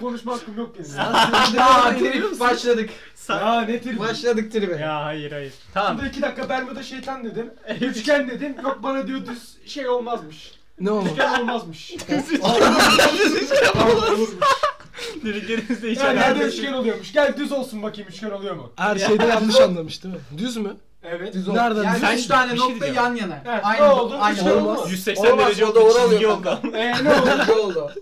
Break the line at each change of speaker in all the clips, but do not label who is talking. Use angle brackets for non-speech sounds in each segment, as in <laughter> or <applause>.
konuşma hakkım yok benim.
Aa trip başladık.
ya ne tribi?
Başladık tribe.
Ya hayır hayır.
Tamam.
Burada iki dakika Bermuda şeytan dedim. Üçgen dedim. Yok bana diyor düz şey olmazmış.
Ne oldu?
<laughs>
Üçgen olmazmış.
Dediklerimizde hiç
Ya nerede
alakası
üçgen
yok.
oluyormuş? Gel düz olsun bakayım üçgen oluyor mu?
Her şeyde yanlış anlamış değil mi? Düz mü?
Evet.
Düz ol.
Nereden?
Nereden?
Yani
düz?
Sen-
üç tane
bir şey
nokta
diyeceğim.
yan yana.
Evet,
Aynı
ne oldu?
Aynı
Üç tane oldu.
olmaz.
180
Olmaz,
derece
o da
olduğu
oral
için iyi
yok.
oldu <laughs> ama.
Eee Ee, ne oldu?
Ne oldu?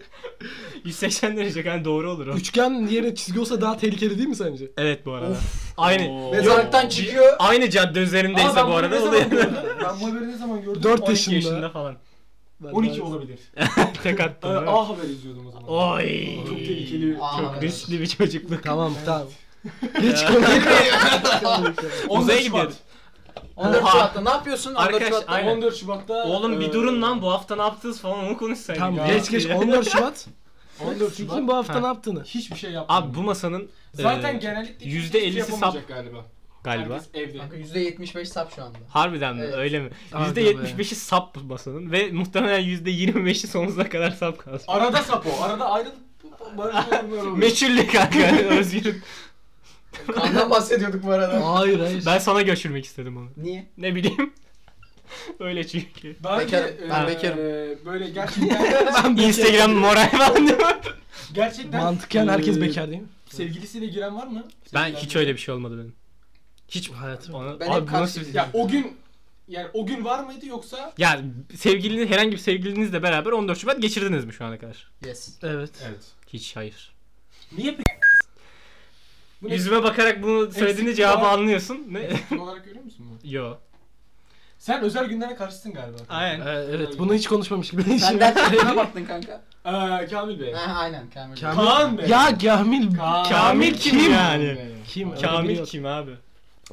180 derece yani doğru olur o.
Üçgen yerine çizgi olsa daha tehlikeli değil mi sence?
Evet bu arada. Aynı.
<laughs> Mezarlıktan
Yok,
çıkıyor.
Aynı cadde
Aa, ben
üzerindeyse bu
bunu
arada
ne
o
zaman
<laughs> da
gördüm? Ben bu haberi ne zaman gördüm?
4
12 yaşında.
yaşında.
falan.
Ben
12
daha-
olabilir.
Tek
Ee,
attım.
A haber izliyordum o zaman.
Oh, Oy.
Çok tehlikeli.
Aa,
Çok
evet.
riskli bir
<laughs>
çocukluk.
Tamam
<laughs>
tamam. Geç konuyu.
14
Uzaya
Şubat.
gidiyordu.
14
Oha.
Şubat'ta ne yapıyorsun? 14
Arkadaş,
Şubat'ta.
aynen.
14 Şubat'ta.
Oğlum
e,
bir durun lan bu hafta ne yaptınız falan onu konuşsaydık.
tamam
ya. <laughs>
geç geç 14 Şubat.
14 Şubat.
Sikin bu hafta
Ha.
ne yaptığını.
Hiçbir şey yapmadım.
Abi bu masanın
Zaten
e,
genellikle
yüzde
hiçbir şey
ellisi sap-
yapamayacak galiba.
galiba.
Herkes evde.
Kanka %75 sap şu anda.
Harbiden mi?
Evet.
Öyle mi?
Harbiden
%75'i sap bu masanın ve muhtemelen %25'i sonuza kadar sap kalsın.
Arada sap o. Arada ayrılıp barış durumlar oluyor.
Meçhulle kanka özgürüm.
Kandan bahsediyorduk bu arada.
Hayır hayır.
Ben sana göçürmek istedim onu.
Niye?
Ne bileyim. <laughs> Öyle çünkü.
Daha önce,
Bekarım, ben
e,
bekarım.
e, böyle
<laughs>
gerçekten
Instagram moral ben
gerçekten
Mantıken herkes
e,
bekar değil mi?
Sevgilisiyle giren var mı?
Ben
Sevgilenle.
hiç öyle bir şey olmadı benim. Hiç hayatım.
Ben
abi
hep
bu nasıl
karşı-
bir...
Ya
Ya,
o gün yani o gün var mıydı yoksa
sevgiliniz herhangi bir sevgilinizle beraber 14 Şubat geçirdiniz mi şu ana kadar?
Yes.
Evet.
Evet.
Hiç hayır.
Niye peki? Bu ne?
Yüzüme bakarak bunu söylediğinde
Eksik
cevabı
var.
anlıyorsun. Ne?
Fikir olarak görüyor musun bunu?
Yo.
Sen özel günlere karşısın galiba.
Ee,
Aynen.
evet bunu hiç konuşmamış gibi.
Sen
<laughs>
ders kitabına baktın kanka.
Ee, Kamil Bey.
Ha, aynen Kamil. Bey.
Kamil-
Kaan Bey.
Ya Kamil.
Kamil kim yani?
Bey.
Kim? Öyle biri
Kamil
yok.
kim abi?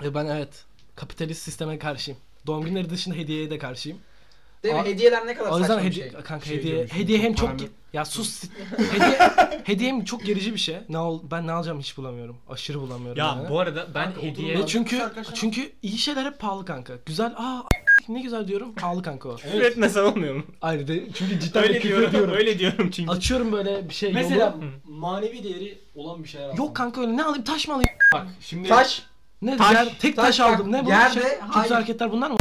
E, Ben evet. Kapitalist sisteme karşıyım. Doğum günleri dışında hediyeye de karşıyım.
Değil mi?
Aa,
Hediyeler ne kadar
O yüzden
saçma bir
hediye,
şey.
kanka
Şey
hediye,
diyormuşum,
hediye hem
çok
çok
param yok.
ge- ya sus. hediye, hediye hem çok gerici bir şey. Ne ol, ben ne alacağım hiç bulamıyorum. Aşırı bulamıyorum.
Ya
yani.
bu arada ben
Kanka,
hediye...
Ve
oturma.
çünkü
Arkadaşlar-
çünkü iyi şeyler hep pahalı kanka. Güzel. Aa ne güzel diyorum. Pahalı kanka o.
Küfür
Evet.
etmesen olmuyor mu?
Ayrı de çünkü cidden
Öyle
de küfür
diyorum,
ediyorum.
öyle diyorum çünkü.
Açıyorum böyle bir şey
Mesela
yolu.
manevi değeri olan bir şeyler
Yok kanka öyle ne alayım taş mı alayım?
Bak şimdi
Taş.
Ne
Taş,
yer- tek taş,
taş, bak,
aldım ne bu?
yerde,
şey, çok
hayır.
güzel hareketler bunlar mı?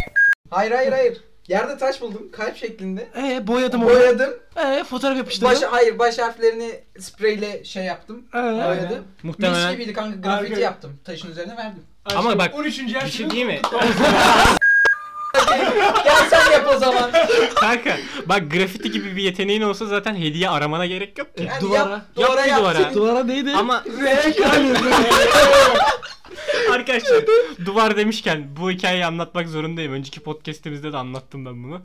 Hayır hayır hayır. Yerde taş buldum kalp şeklinde.
Ee boyadım onu.
Boyadım.
Ee fotoğraf yapıştırdım.
Baş, hayır baş harflerini spreyle şey yaptım.
Ee,
Aynen.
Boyadım. Mis
Muhtemelen...
gibiydi kanka grafiti
Harika.
yaptım. Taşın üzerine verdim.
Ama bak
13.
bir şey
yaşını
değil mi? <laughs>
Gel sen yap o zaman.
Kanka bak grafiti gibi bir yeteneğin olsa zaten hediye aramana gerek yok ki.
Yani
Duvara.
Yap,
Yap bir
duvara yap.
duvara.
Senin-
Duvara neydi? <laughs>
Ama
renk yani.
arkadaşlar duvar demişken bu hikayeyi anlatmak zorundayım. Önceki podcastimizde de anlattım ben bunu.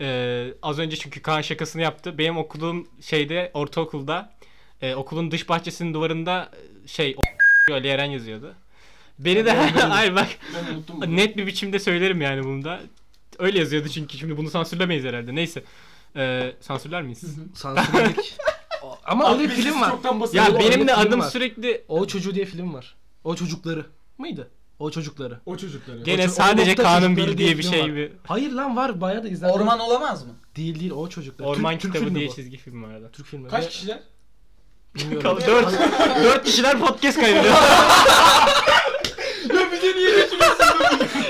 Ee, az önce çünkü Kaan şakasını yaptı. Benim okuduğum şeyde ortaokulda e, okulun dış bahçesinin duvarında e, şey o- Ali Eren yazıyordu. Beni de <laughs> hayır bak
Ben unuttum bunu.
Net bir biçimde söylerim yani bunu da. Öyle yazıyordu çünkü şimdi bunu sansürlemeyiz herhalde. Neyse. Ee, sansürler miyiz?
Sansürledik. O- Ama öyle bir
Adresiz
film var.
çoktan basıldı.
ya
Oğlum,
benim
öyle
de
film
adım
var.
sürekli
O çocuğu diye film var. O çocukları mıydı? O çocukları.
O çocukları.
O
gene
ço- o
sadece
nokta
Kaan'ın
çocukları diye
bildiği bir
film
şey
var.
gibi.
Hayır lan var bayağı da izlendi.
Orman olamaz mı?
değil değil o çocuklar.
Orman
Türk, Türk
kitabı
filmi
diye
bu.
çizgi film vardı.
Türk filmi.
Kaç
Ve-
kişiler?
Bilmiyorum.
Kal- dört,
<laughs>
dört kişiler podcast kaydediyor.
Ya bize niye geçiriyorsun?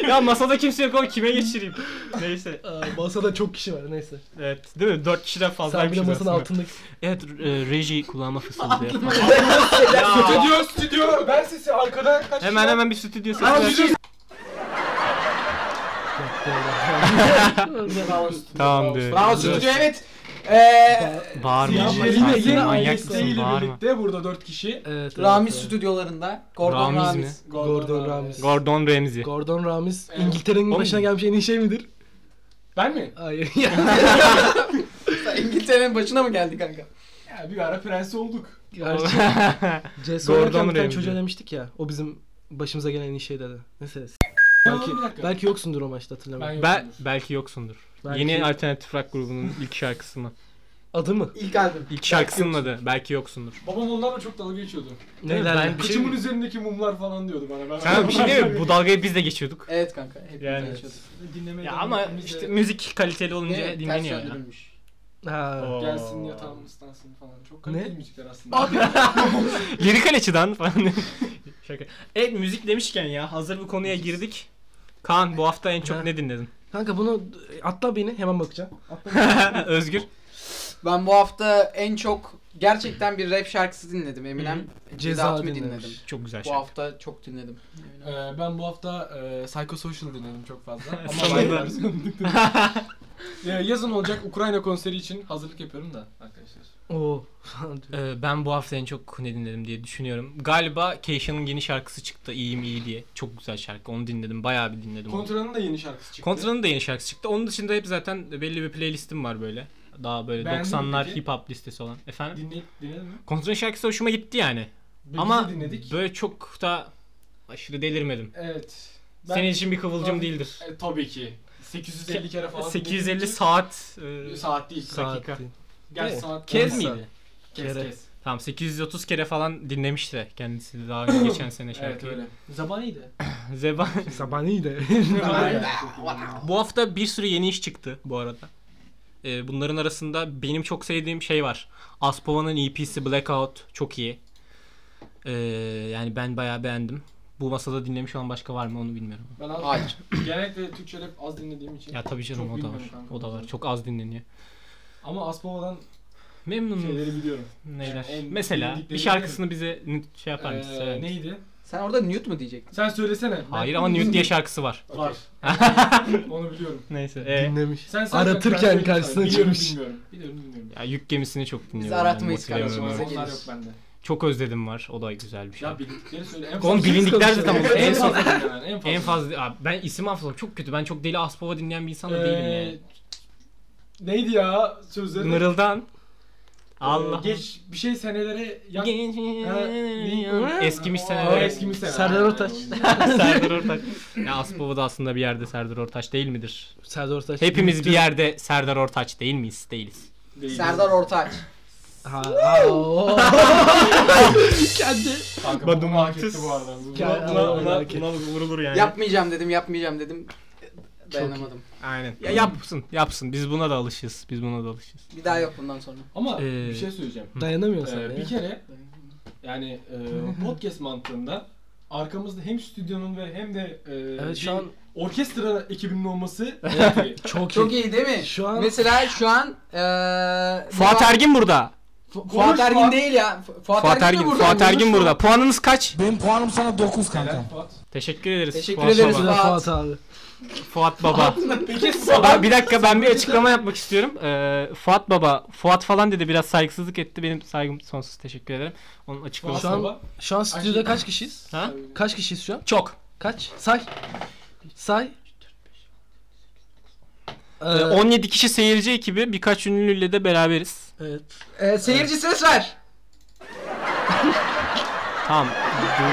ya masada kimse yok ama kime geçireyim? Neyse.
Aa, masada çok kişi var neyse.
Evet değil mi? Dört kişiden
Sen
fazlaymışız
bile masanın
şey aslında.
altındaki.
Evet e, reji kulağıma fısıldıyor. Ya,
stüdyo stüdyo. Ben sesi arkadan kaç
hemen
kişi-
hemen bir stüdyo
Aa,
sesi.
stüdyo-
Tamamdır.
Bravo stüdyo evet. Ee,
Bağırma.
Ya,
ama
Yine-
sen
yine
manyak
ailesiyle
mısın?
Ailesiyle
Bağırma.
şey birlikte burada 4 kişi.
evet,
Ramiz
evet.
stüdyolarında. Gordon
Ramiz
Ramiz.
mi?
Gordon Ramsay.
Gordon Ramsay.
Gordon Ramiz
Evet.
İngiltere'nin
Oğlum-
başına gelmiş en iyi şey midir?
Ben mi?
Hayır <laughs> ya.
Sen İngiltere'nin başına mı geldi kanka?
Ya bir ara prens olduk.
Gerçi Cesur
Gordon
varken bir tane
Ramsay.
çocuğa demiştik ya. O bizim başımıza gelen en iyi şey dedi. Neyse. s-
Belki,
Belki, belki yoksundur o maçta hatırlamıyorum.
Bel belki yoksundur.
Belki-
Yeni alternatif rock grubunun <laughs> ilk şarkısı mı?
Adı mı?
İlk albüm.
İlk şarkısının adı. Belki yoksundur.
Babam onlarla çok dalga geçiyordu.
Neler?
Ben- Bir şey
Kıçımın
mi?
üzerindeki mumlar falan diyordu bana. Ben
Sen bir şey değil <laughs> mi? Bu dalgayı biz de geçiyorduk.
Evet kanka. Hepimiz
Yani.
yaşadık.
Dinlemeye
Ya
devam
ama
ettiğimizde-
işte müzik kaliteli olunca
Evet,
dinleniyor <laughs>
ters
ya.
döndürülmüş.
Ha.
Gelsin yatağım ıslansın falan. Çok
Ne?
kaliteli müzikler aslında.
Abi
Lirik Aleçi'den <laughs> falan. Şaka. Evet müzik demişken ya hazır bu konuya girdik. Kaan bu hafta en çok
Ha.
ne <laughs> dinledin?
kanka bunu atla beni hemen bakacağım.
Özgür.
<laughs> Ben bu hafta en çok gerçekten bir rap şarkısı dinledim Eminem.
Ceza
Ceza mi
dinlemiş.
dinledim?
Çok güzel
Bu
şarkı.
hafta çok dinledim.
Ee, ben bu hafta e, Psychosocial dinledim çok fazla. Ama
Sonunda.
bayağı- Ya, yazın olacak Ukrayna konseri için hazırlık yapıyorum da arkadaşlar.
Oo.
Ee, ben bu hafta en çok ne dinledim diye düşünüyorum. Galiba Keisha'nın yeni şarkısı çıktı İyiyim iyi diye. Çok güzel şarkı. Onu dinledim. Bayağı bir dinledim. onu.
Kontra'nın da yeni şarkısı çıktı.
Kontra'nın da yeni şarkısı çıktı. Onun dışında hep zaten belli bir playlistim var böyle. Daha böyle
Beğendin mi
90'lar
peki?
hip hop listesi olan. Efendim?
Dinleyip dinledin mi?
Kontra'nın şarkısı hoşuma gitti yani.
Biz
Ama
de dinledik.
böyle çok da aşırı delirmedim.
Evet. Ben-
Senin için bir kıvılcım
Ben-
değildir.
E, tabii ki. 850 kere falan.
850
dinledim.
saat. e,
saat değil.
Saat.
Dakika. Gerçi
Ne?
saat.
Kez
Saat.
miydi?
Kez
Kere.
kez.
Tamam 830 kere falan dinlemişti de kendisi de daha <laughs> önce geçen sene
Evet
şarkıyı.
öyle. <laughs>
Zabaniydi.
Zeba.
Sabani <laughs> de.
bu hafta bir sürü yeni iş çıktı bu arada. Ee, bunların arasında benim çok sevdiğim şey var. Aspova'nın EP'si Blackout çok iyi. Ee, yani ben bayağı beğendim. Bu masada dinlemiş olan başka var mı onu bilmiyorum.
Ben az,
Hayır.
<laughs> genellikle Türkçe rap az dinlediğim için.
Ya tabii canım
Çok
o da
bilmiyorum
var.
kanka.
O da var. Çok az dinleniyor.
Ama Aspova'dan
Memnunum.
Şeyleri biliyorum.
Neyler.
Yani Şey, en
Mesela bir
bildikleri-
şarkısını bize n- şey yapar
e,
mısın? Evet.
neydi?
Sen orada Newt mu diyecektin?
Ee, Sen söylesene. Ben-
Hayır ama Nude diye şarkısı var.
Var. Onu biliyorum.
Neyse. ee?
Dinlemiş.
Sen sen
Aratırken
ben söyleyeyim sana.
karşısına
Biliyorum,
çıkmış.
Bilmiyorum biliyorum. Bilmiyorum
Ya yük gemisini çok dinliyorum. ben,
aratmayız
motive ediyorum
kardeşim,
ben.
bize
bilmiyorum. Onlar
gelir.
yok bende.
Çok özledim var. O da güzel bir şey.
Ya bildikleri söyle. En
Oğlum
fazla-
bilindikler zaten bu. En
En
son
fazla dinlenen, en fazla.
en fazla abi ben isim hafızam çok kötü. Ben çok deli Aspova dinleyen bir insan da
Ee,
değilim yani.
Ee, Neydi ya sözleri?
Mırıldan.
Ee,
Allah.
Geç bir şey senelere yak.
Genç- Eskimiş
O
seneler. <laughs>
eskimiş seneler.
Serdar
Aynen,
Ortaç.
aynen.
Serdar Ortaç. Ya Aspova da aslında bir yerde Serdar Ortaç değil midir?
Serdar Ortaç.
Hepimiz bir yerde Serdar Ortaç değil miyiz? Değiliz.
Değil.
Serdar Ortaç.
Ha, ha, oo. Kendi.
Kanka bu bunu hak etti bu arada. Bu-
Gel.
bu-
buna- buna-
vurulur yani.
Yapmayacağım dedim, yapmayacağım dedim. Dayanamadım.
Aynen. Ya yapsın, yapsın. Biz buna da alışız. Biz buna da alışız.
Bir daha yok bundan sonra.
Ama
Ee,
bir şey söyleyeceğim.
Dayanamıyorsun sen
Ee,
ya.
bir kere yani e,
<laughs>
podcast mantığında arkamızda hem stüdyonun ve hem de e,
Evet
bir
şu an
orkestra
<laughs>
ekibinin olması çok iyi.
çok,
Çok
iyi.
iyi değil mi?
Şu an
Mesela şu an e, eee
Fuat
Fuat-
Ergin burada.
Fuat
Konuşma.
Ergin değil ya. Fu- Fuat,
Fuat
Ergin, mi
Ergin,
burada?
Fuat Ergin burada. Puanınız kaç?
Benim puanım sana 9 kanka.
Helal Fuat.
Teşekkür ederiz.
Teşekkür
Fuat
ederiz.
Baba.
Mesela
Fuat.
Fuat abi.
Fuat <laughs> Baba. Ben- bir dakika ben bir açıklama yapmak istiyorum. Ee, Fuat Baba, Fuat falan dedi biraz saygısızlık etti. Benim saygım sonsuz teşekkür ederim. Onun açıklaması.
Şu
<laughs>
an, şu an stüdyoda kaç kişiyiz?
Ha?
Kaç kişiyiz şu an?
Çok.
Kaç? Say. Say.
Ee,
Ee,
17 kişi seyirci ekibi birkaç ünlüyle de beraberiz.
evet.
Ee, seyirci ses ver.
Tamam.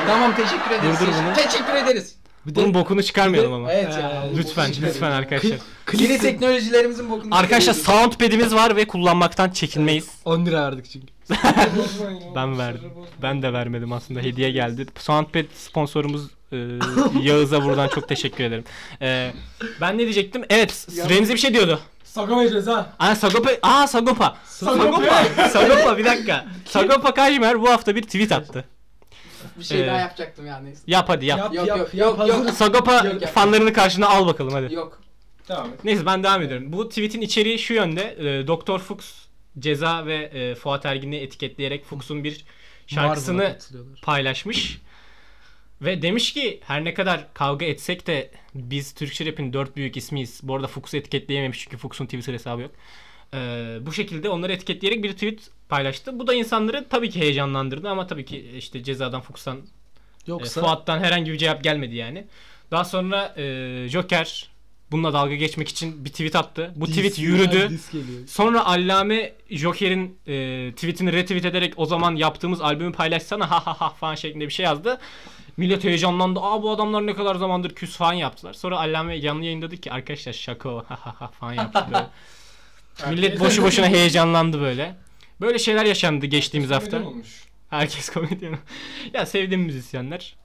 Tamam teşekkür ederiz.
Durdur bunu.
Teşekkür ederiz.
Bir de
Bunun bokunu çıkarmayalım ama.
Evet ya.
Ee,
Lütfen, lütfen arkadaşlar.
Yeni teknolojilerimizin bokunu.
Arkadaşlar sound pad'imiz var ve kullanmaktan çekinmeyiz.
10 lira verdik çünkü.
Ben verdim. Ben de vermedim aslında hediye geldi. Soundpad sponsorumuz
<laughs>
e, Yağız'a buradan çok teşekkür ederim. E, ben ne diyecektim? Evet s- Remzi bir şey diyordu.
Sagopa Ceza.
Aa Sagopa. Aa Sagopa. Sagopa. Sagopa bir
<laughs>
dakika. Sagopa Kajmer bu hafta bir tweet attı.
bir şey daha
Ee,
yapacaktım yani.
Yap hadi yap.
Yok
yap,
yok yok yok.
Sagopa
Yok, yap.
fanlarını karşına al bakalım hadi.
Yok.
Devam et.
Neyse ben devam ediyorum. Bu tweet'in içeriği şu yönde. E, Doktor Fuchs Ceza ve e, Fuat Ergin'i etiketleyerek Fuchs'un bir şarkısını paylaşmış. Ve demiş ki her ne kadar kavga etsek de biz Türkçe rap'in dört büyük ismiyiz. Bu arada Fuchs'u etiketleyememiş çünkü Fuchs'un Twitter hesabı yok. Ee, bu şekilde onları etiketleyerek bir tweet paylaştı. Bu da insanları tabii ki heyecanlandırdı ama tabii ki işte cezadan Fuchs'tan, e,
Yoksa
Fuat'tan herhangi bir cevap gelmedi yani. Daha sonra e, Joker bununla dalga geçmek için bir tweet attı. Bu tweet yürüdü. Sonra Allame Joker'in e, tweetini retweet ederek o zaman yaptığımız albümü paylaşsana ha ha ha falan şeklinde bir şey yazdı. Millet heyecanlandı. Aa bu adamlar ne kadar zamandır küs falan yaptılar. Sonra Allame yanlı yayında dedi ki arkadaşlar şaka o ha ha ha falan yaptı böyle. Millet boşu boşuna heyecanlandı böyle. Böyle şeyler yaşandı geçtiğimiz hafta.
Neden olmuş?
Herkes <laughs> komedyen. ya sevdiğim müzisyenler.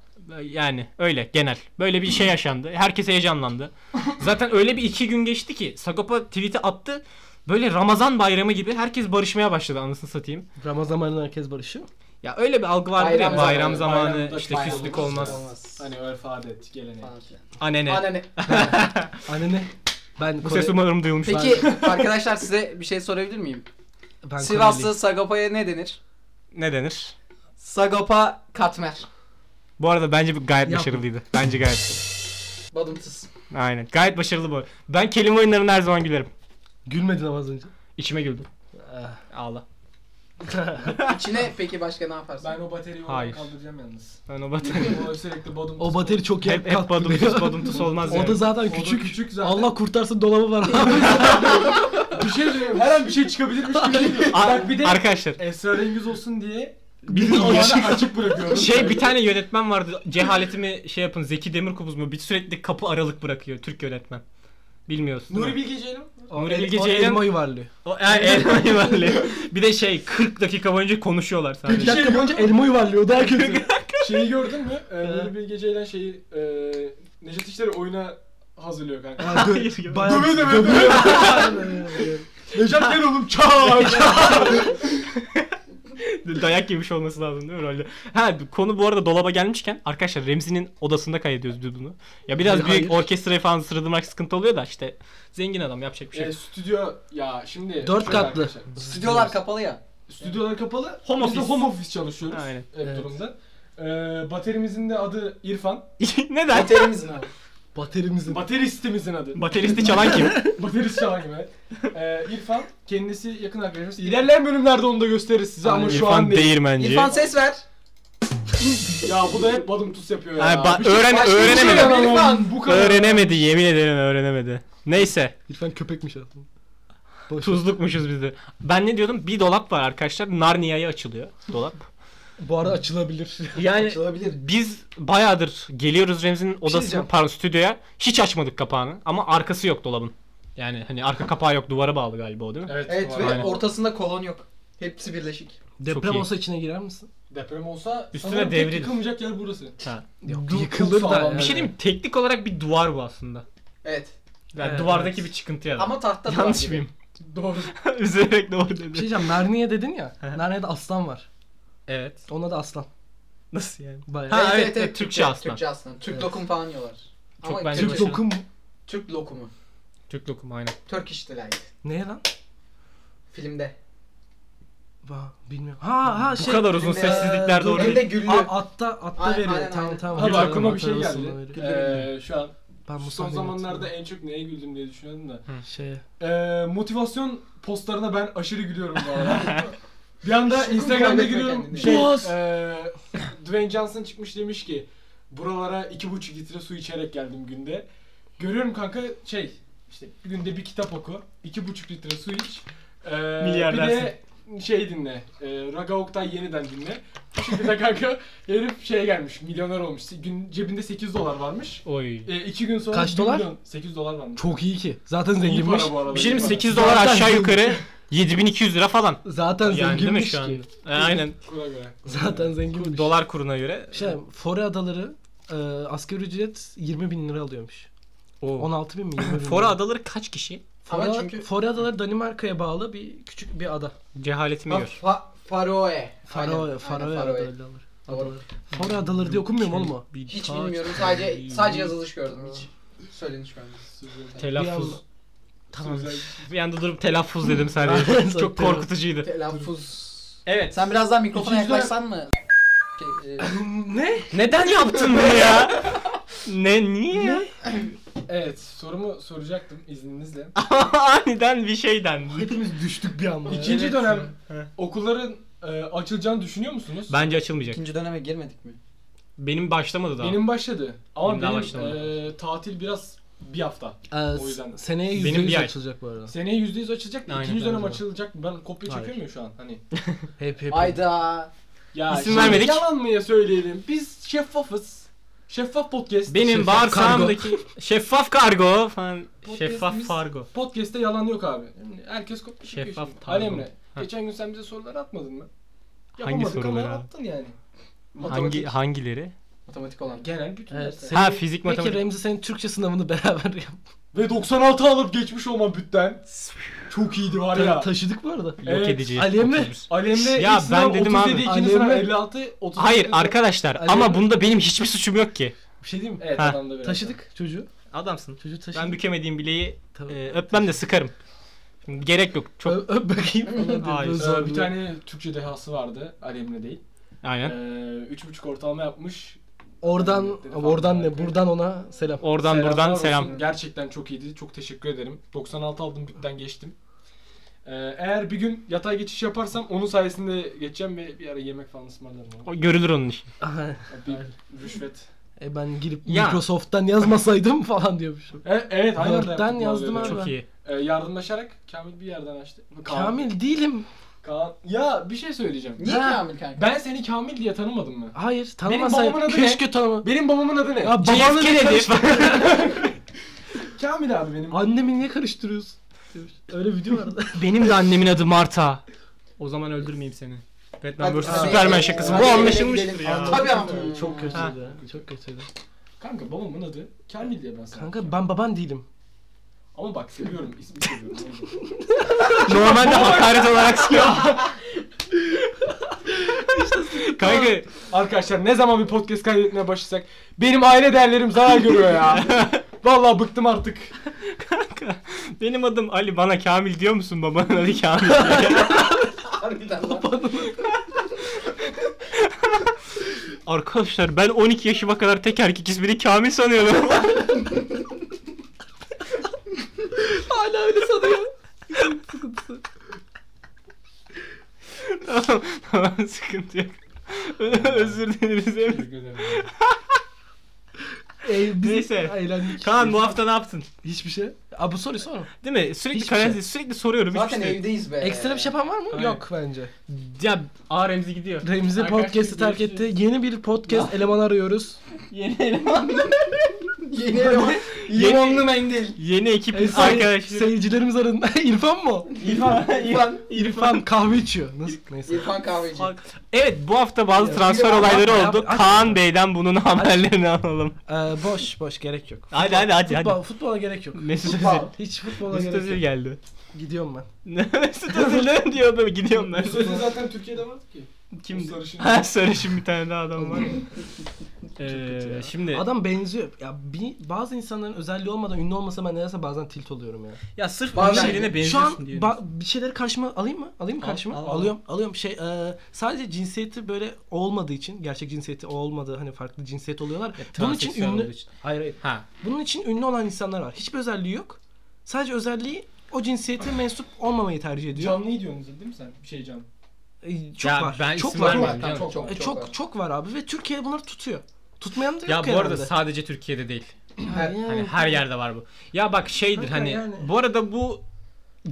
Yani öyle genel. Böyle bir şey yaşandı. Herkes heyecanlandı. Zaten öyle bir iki gün geçti ki Sagopa tweet'i attı. Böyle Ramazan bayramı gibi herkes barışmaya başladı anasını satayım.
Ramazan zamanında herkes barışıyor.
Ya öyle bir algı vardır
Bayram
ya bayram
zamanı,
zamanı
bayramda
işte
bayram
küslük
olur,
olmaz.
Hani örf adet, gelenek.
Falan şey. filan.
Anene.
Anneanne.
Annene ben
Bu
Kore-
ses umarım duyulmuştur.
Peki <laughs> arkadaşlar size bir şey sorabilir miyim?
ben
Sivaslı Sagopa'ya ne denir?
Ne denir?
Sagopa katmer.
Bu arada bence bir- gayet
Yapma.
başarılıydı. Bence gayet.
Badımsız.
Aynen. Gayet başarılı bu. Ben kelime oyunlarına her zaman gülerim.
Gülmedin ama az önce.
İçime güldüm.
Ah.
Ağla.
İçine peki başka ne yaparsın?
Ben o bataryayı
Hayır.
oradan
<laughs>
kaldıracağım yalnız.
Ben o
<laughs>
batı.
O sürekli bodum.
O bateri çok yer
hep hep badumtuz badumtuz olmaz
O
yani.
da zaten
O da
küçük.
küçük zaten.
Allah kurtarsın
<laughs>
dolabı var abi.
Bir şey söyleyeyim. Her an bir şey çıkabilirmiş gibi geliyor. Bak bir de
Arkadaşlar
şey- Esrarengiz olsun diye
<laughs> bir <laughs>
kapağını
<laughs>
açık bırakıyorum.
şey bir tane yönetmen vardı. Cehaletimi şey yapın Zeki Demirkubuz mu? Bir sürekli kapı aralık bırakıyor Türk yönetmen. Bilmiyorsun. değil
Nuri
mi?
Bilge Ceylan.
Nuri Bilge
O
Ceylan-
Elma yuvarlıyor.
O- e- elma yuvarlıyor. Bir de şey 40 dakika boyunca konuşuyorlar
Bir
sadece.
dakika boyunca elma yuvarlıyor daha kötü.
Şeyi gördün mü? Ee, Nuri
Ee.
Bilge Ceylan şeyi e, Necdet İşler'i oyuna hazırlıyor kanka.
Ha,
<laughs>
dö-
Hayır,
bayağı-
<laughs>
Döve döve döve.
<laughs>
Necat gel oğlum çağır.
Dayak yemiş olması lazım değil mi rolde? Ha konu bu arada dolaba gelmişken arkadaşlar Remzi'nin odasında kaydediyoruz biz bunu. Ya biraz
Hayır.
büyük orkestrayı falan sıralamak sıkıntı oluyor da işte zengin adam yapacak bir şey.
Ee,
yok.
stüdyo ya şimdi
Dört
şöyle
katlı.
arkadaşlar.
Stüdyolar kapalı ya.
Stüdyolar kapalı.
Home
Biz de
office.
home office çalışıyoruz.
Aynen.
Hep
Evet.
durumda. Ee, baterimizin de adı İrfan.
<laughs> Neden?
Otelimizin abi.
Baterimizin.
Bateristimizin adı.
Bateristi çalan kim?
<laughs> Baterist çalan gibi. Ee, İrfan kendisi yakın arkadaşımız. İlerle
İlerleyen bölümlerde onu da gösteririz size
Hani
ama şu an değil.
değirmenci.
İrfan ses ver.
ya bu da hep badum tuz yapıyor ya.
Ay, ba-
Bir şey-
öğren-
Başka bir
öğrenemedi.
şey yok.
İrfan,
bu kadar.
öğrenemedi yemin ederim öğrenemedi. Neyse
İrfan köpekmiş aslında. Boş ver.
tuzlukmuşuz biz de. Ben ne diyordum bir dolap var arkadaşlar Narnia'ya açılıyor dolap.
Bu arada açılabilir.
Yani
Açılabilir.
biz bayağıdır geliyoruz Remzi'nin odasına
diyeceğim.
pardon stüdyoya hiç açmadık kapağını ama arkası yok dolabın. Yani hani arka kapağı yok duvara bağlı galiba o değil mi?
Evet,
Evet
bu
ve
arada.
ortasında kolon yok. Hepsi birleşik.
Deprem
iyi.
olsa içine girer misin?
Deprem olsa
Üstüne
sanırım tek
devrilir.
yıkılmayacak yer burası.
Ha.
Yok
Dur,
yıkılır
çok
da.
sağlam.
Bir şey diyeyim mi? teknik olarak bir duvar bu aslında.
Evet.
Yani
Evet,
duvardaki
evet.
bir çıkıntı ya da.
Ama tahta duvar <laughs>
Yanlış
gibi.
mıyım?
Doğru.
<laughs> Üzülerek doğru
Bir
dedi.
şey diyeceğim Narnia dedin ya. Narnia'da aslan var.
Evet.
Ona da aslan.
Nasıl yani?
Bayağı.
Ha, evet, evet, Türkçe aslan.
Türkçe aslan. Türk
Evet.
lokum falan yiyorlar.
Çok
Ama
bence
Türk
başarılı.
dokum.
Türk lokumu.
Türk lokumu aynen.
Turkish Delight.
Ne lan?
Filmde.
Ba, bilmiyorum. Ha ha
Bu
şey.
kadar uzun
Ee,
sessizlikler doğru
Hem
değil.
de güllü.
A, atta atta
Aynen,
veriyor.
aynen,
tamam
aynen.
tamam.
Abi
Hatırladım,
aklıma bir şey
hatırladım,
geldi.
hatırladım.
Ee, şu an
Ben bu
son
sahneyi
zamanlarda
hatırladım.
en çok neye güldüm diye düşünüyordum da.
şey.
Ee, motivasyon postlarına ben aşırı gülüyorum bu
<laughs>
arada. bir anda Instagram'da
kaybetme
giriyorum.
kendini.
Şey,
Boğaz.
ee, Dwayne Johnson çıkmış demiş ki buralara iki buçuk litre su içerek geldim günde. Görüyorum kanka şey işte günde bir kitap oku, iki buçuk litre su iç. Ee, bir
Milyardersin.
de şey dinle, ee, Raga Oktay yeniden dinle. Bu şekilde kanka <laughs> herif şeye gelmiş, milyoner olmuş. Gün, cebinde 8 dolar varmış.
Oy.
E, iki gün sonra
Kaç
bir
dolar?
milyon- 8 dolar varmış.
Çok iyi ki. Zaten
İyi
zenginmiş.
para bu arada.
Bir şey mi?
iyi para.
8 dolar
Zaten
aşağı
zengin.
yukarı 7200 lira falan.
Zaten
Yani değil mi
zenginmiş
şu an?
ki.
E, Aynen.
Kura göre.
Zaten zenginmiş.
Dolar kuruna göre.
Şey, Fore Adaları e, asgari ücret 20 bin lira alıyormuş.
Oo.
16 bin mi? 20 bin
Fora
mi?
adaları kaç kişi?
Fore,
Ama çünkü-
Fore Adaları Danimarka'ya bağlı bir küçük bir ada.
Cehaletimi
Ha,
gör.
fa- Faroe. Aynen,
Faroe,
aynen,
Faroe Adaları. Adaları.
Doğru.
Fore Adaları diye okunmuyor mu oğlum o?
Hiç bilmiyorum. Sadece sadece yazılış gördüm hiç. Söyleniş görmedim.
şey.
Telaffuz.
Tamam.
Bir anda durup telaffuz dedim sadece. Çok korkutucuydu.
Telaffuz.
Evet.
Sen biraz daha mikrofona
İkinci dönem-
yaklaşsan mı? Şey, e,
ne?
Neden yaptın bunu ya? Ne niye?
Evet, sorumu soracaktım izninizle.
<laughs> Aniden bir şeyden.
Hepimiz düştük bir anda.
İkinci
evet.
dönem
He.
okulların e, açılacağını düşünüyor musunuz?
Bence açılmayacak.
İkinci döneme girmedik mi?
Benim başlamadı daha.
Benim başladı. Ama
Benim
benim,
daha başlamadı.
e, tatil biraz bir hafta.
Ee,
O yüzden.
seneye yüzde
Benim bir
yüz
ay.
açılacak bu arada.
Seneye yüzde yüz açılacak.
Aynen,
İkinci dönem
bence de.
açılacak. Ben kopya
Hayır.
çekiyor muyum şu an? Hani.
Hep Ee, hep.
Ayda.
Ya
İsim
şimdi
vermedik.
Yalan mı ya söyleyelim? Biz şeffafız. Şeffaf podcast.
Benim
Şeffaf
bağırsamdaki <laughs> şeffaf kargo falan. Şeffaf
Podcast'imiz-
fargo.
Podcast'te yalan yok abi. Yani herkes kopya çekiyor
Şeffaf
şimdi.
tarzı.
Alemre,
Ha.
geçen gün sen bize sorular atmadın mı?
Hangi
Yapamadık ama
soruları abi?
attın yani.
Hangi hangileri?
Matematik olan.
Genel bütün
Evet.
dersler.
Senin-
Ha fizik
Peki
matematik.
Remzi senin Türkçe sınavını <laughs> beraber yap.
Ve 96 alıp geçmiş olma bütten. Çok iyiydi var ya.
Taşıdık bu arada.
Yok
Evet,
<laughs>
edici.
Ali mi?
31.
Alemle
Ya
ilk sınav
ben dedim
37,
abi.
ikinci sınav
Alemle-
56, 38.
Hayır arkadaşlar
Ali
ama
mi?
bunda benim hiçbir suçum yok ki.
Bir şey diyeyim mi?
Evet
Ha.
adamda biraz.
Taşıdık çocuğu.
Adamsın.
Çocuğu taşıdık.
Ben bükemediğim bileği
Tamam.
e, öpmem de sıkarım. Şimdi gerek yok. Çok
Öp, öp bakayım. falan
<laughs>
dedi.
Hayır. e,
Ee,
Özür
bir
dilerim.
tane Türkçe dehası vardı. Alemle değil. Ee,
aynen.
3.5 ortalama yapmış.
Oradan oradan ne? Buradan ona selam.
Oradan buradan
Selamlar
selam.
olsun. Gerçekten çok iyiydi. Çok teşekkür ederim. 96 aldım bütten geçtim. Ee, eğer bir gün yatay geçiş yaparsam onun sayesinde geçeceğim ve bir ara yemek falan ısmarlarım. ona.
O görülür onun işi.
Aha.
Bir rüşvet.
e ben girip
Ya.
Microsoft'tan yazmasaydım <laughs> falan diyormuşum.
E, evet aynen öyle
Word'den
yaptık bu
yazdım
arada.
abi.
Çok iyi.
Ee, yardımlaşarak Kamil bir yerden açtı. Kaan-
Kamil değilim.
Kaan. Ya bir şey söyleyeceğim.
Niye
Ha.
Kamil kanka?
Ben seni Kamil diye tanımadım mı?
Hayır
babamın
tanımasaydım.
adı
Keşke tanıma.
Benim babamın adı ne? <laughs>
Ya babanı
JFK
niye
dedi.
karıştırıyorsun?
Kamil abi benim.
Annemi niye karıştırıyorsun? Demiş. Öyle video var <laughs> arada.
Benim de annemin adı Marta. O zaman öldürmeyeyim seni. Batman
Hadi
vs.
gidelim.
Superman şakası.
Hadi
Bu
gidelim,
anlaşılmıştır
gidelim.
ya.
Tabii ama.
Çok
Ha.
kötüydü. Çok kötüydü.
Kanka babamın adı Kamil diye ben sana.
Kanka ben baban değilim.
Ama bak seviyorum ismi
<laughs>
seviyorum.
Normalde hakaret olarak sıkıyor. Kanka
Arkadaşlar ne zaman bir podcast kaydetmeye başlasak benim aile değerlerim zarar görüyor
<laughs>
ya. Vallahi bıktım artık.
benim adım Ali bana Kamil diyor musun babanın adı Kamil.
Harbiden lan.
<laughs> Arkadaşlar ben 12 yaşıma kadar tek erkek ismini Kamil <laughs> sanıyordum.
Hala öyle sanıyor.
tamam, tamam sıkıntı yok. Özür dileriz Emre.
Ee, biz
Neyse.
Eğlendik.
Kaan bu hafta ne yaptın?
Hiçbir şey. Aa bu soruyu sorma.
Değil mi? Sürekli
Hiçbir
karar-
şey.
sürekli soruyorum
Zaten
hiçbir şey.
evdeyiz be.
Ekstra bir şey yapan var mı? Yok bence.
Ya A Remzi gidiyor.
Remzi
Arkadaşlar,
podcast'i terk
görüşürüz.
etti. Yeni bir podcast elemanı arıyoruz.
Yeni eleman.
Yeni eleman. Limonlu mendil.
Yeni
Ee,
ekibiz
say-
arkadaşlar.
Seyircilerimiz arın. <laughs> İrfan mı o?
İrfan.
İrfan kahve içiyor. Nasıl? Neyse.
İrfan kahveci.
Evet bu hafta bazı
Ya,
transfer
bir de
olayları
abartma ya,
oldu.
aç-
Kaan Bey'den bunun haberlerini alalım.
Ee, boş boş gerek yok.
Hadi hadi hadi.
Futbol,
hadi.
Futbola gerek yok.
Mesut Özil.
Futbol.
Hiç futbola
Mesut Özil
gerek yok.
geldi. <laughs>
Gidiyorum ben.
Mesut Özil ne diyor da gidiyorum ben.
Sözü zaten Türkiye'de var ki.
Kim?
Sarışın.
Ha sarışın bir tane daha adam var. Ee,
ya.
şimdi
Adam benziyor. Ya bir, bazı insanların özelliği olmadan ünlü olmasa ben nedense bazen tilt oluyorum ya.
ya sırf
Bazen-
birine
Şu an
benziyorsun diye.
ba- bir şeyleri karşıma alayım mı? Alayım mı karşıma?
al, al.
alıyorum. Alıyorum. Şey e, sadece cinsiyeti böyle olmadığı için, gerçek cinsiyeti o olmadığı hani farklı cinsiyet oluyorlar. Bunun için
transseksüel olduğu
ünlü
için.
Hayır hayır.
Ha.
Bunun için ünlü olan insanlar var. Hiçbir özelliği yok. Sadece özelliği o cinsiyete mensup olmamayı tercih ediyor.
Canlıyı diyorsunuz değil mi sen? Bir şey can.
E, çok
Ya
var.
ben
çok
isim
var.
vermem.
E,
Tamam,
Çok-
Çok, çok, var abi ve Türkiye bunları tutuyor. Tutmayan da yok
Ya bu
herhalde.
arada sadece Türkiye'de değil.
her-
Yani-
Hani her yerde var bu. Ya bak şeydir
Kanka
hani
yani.
bu arada bu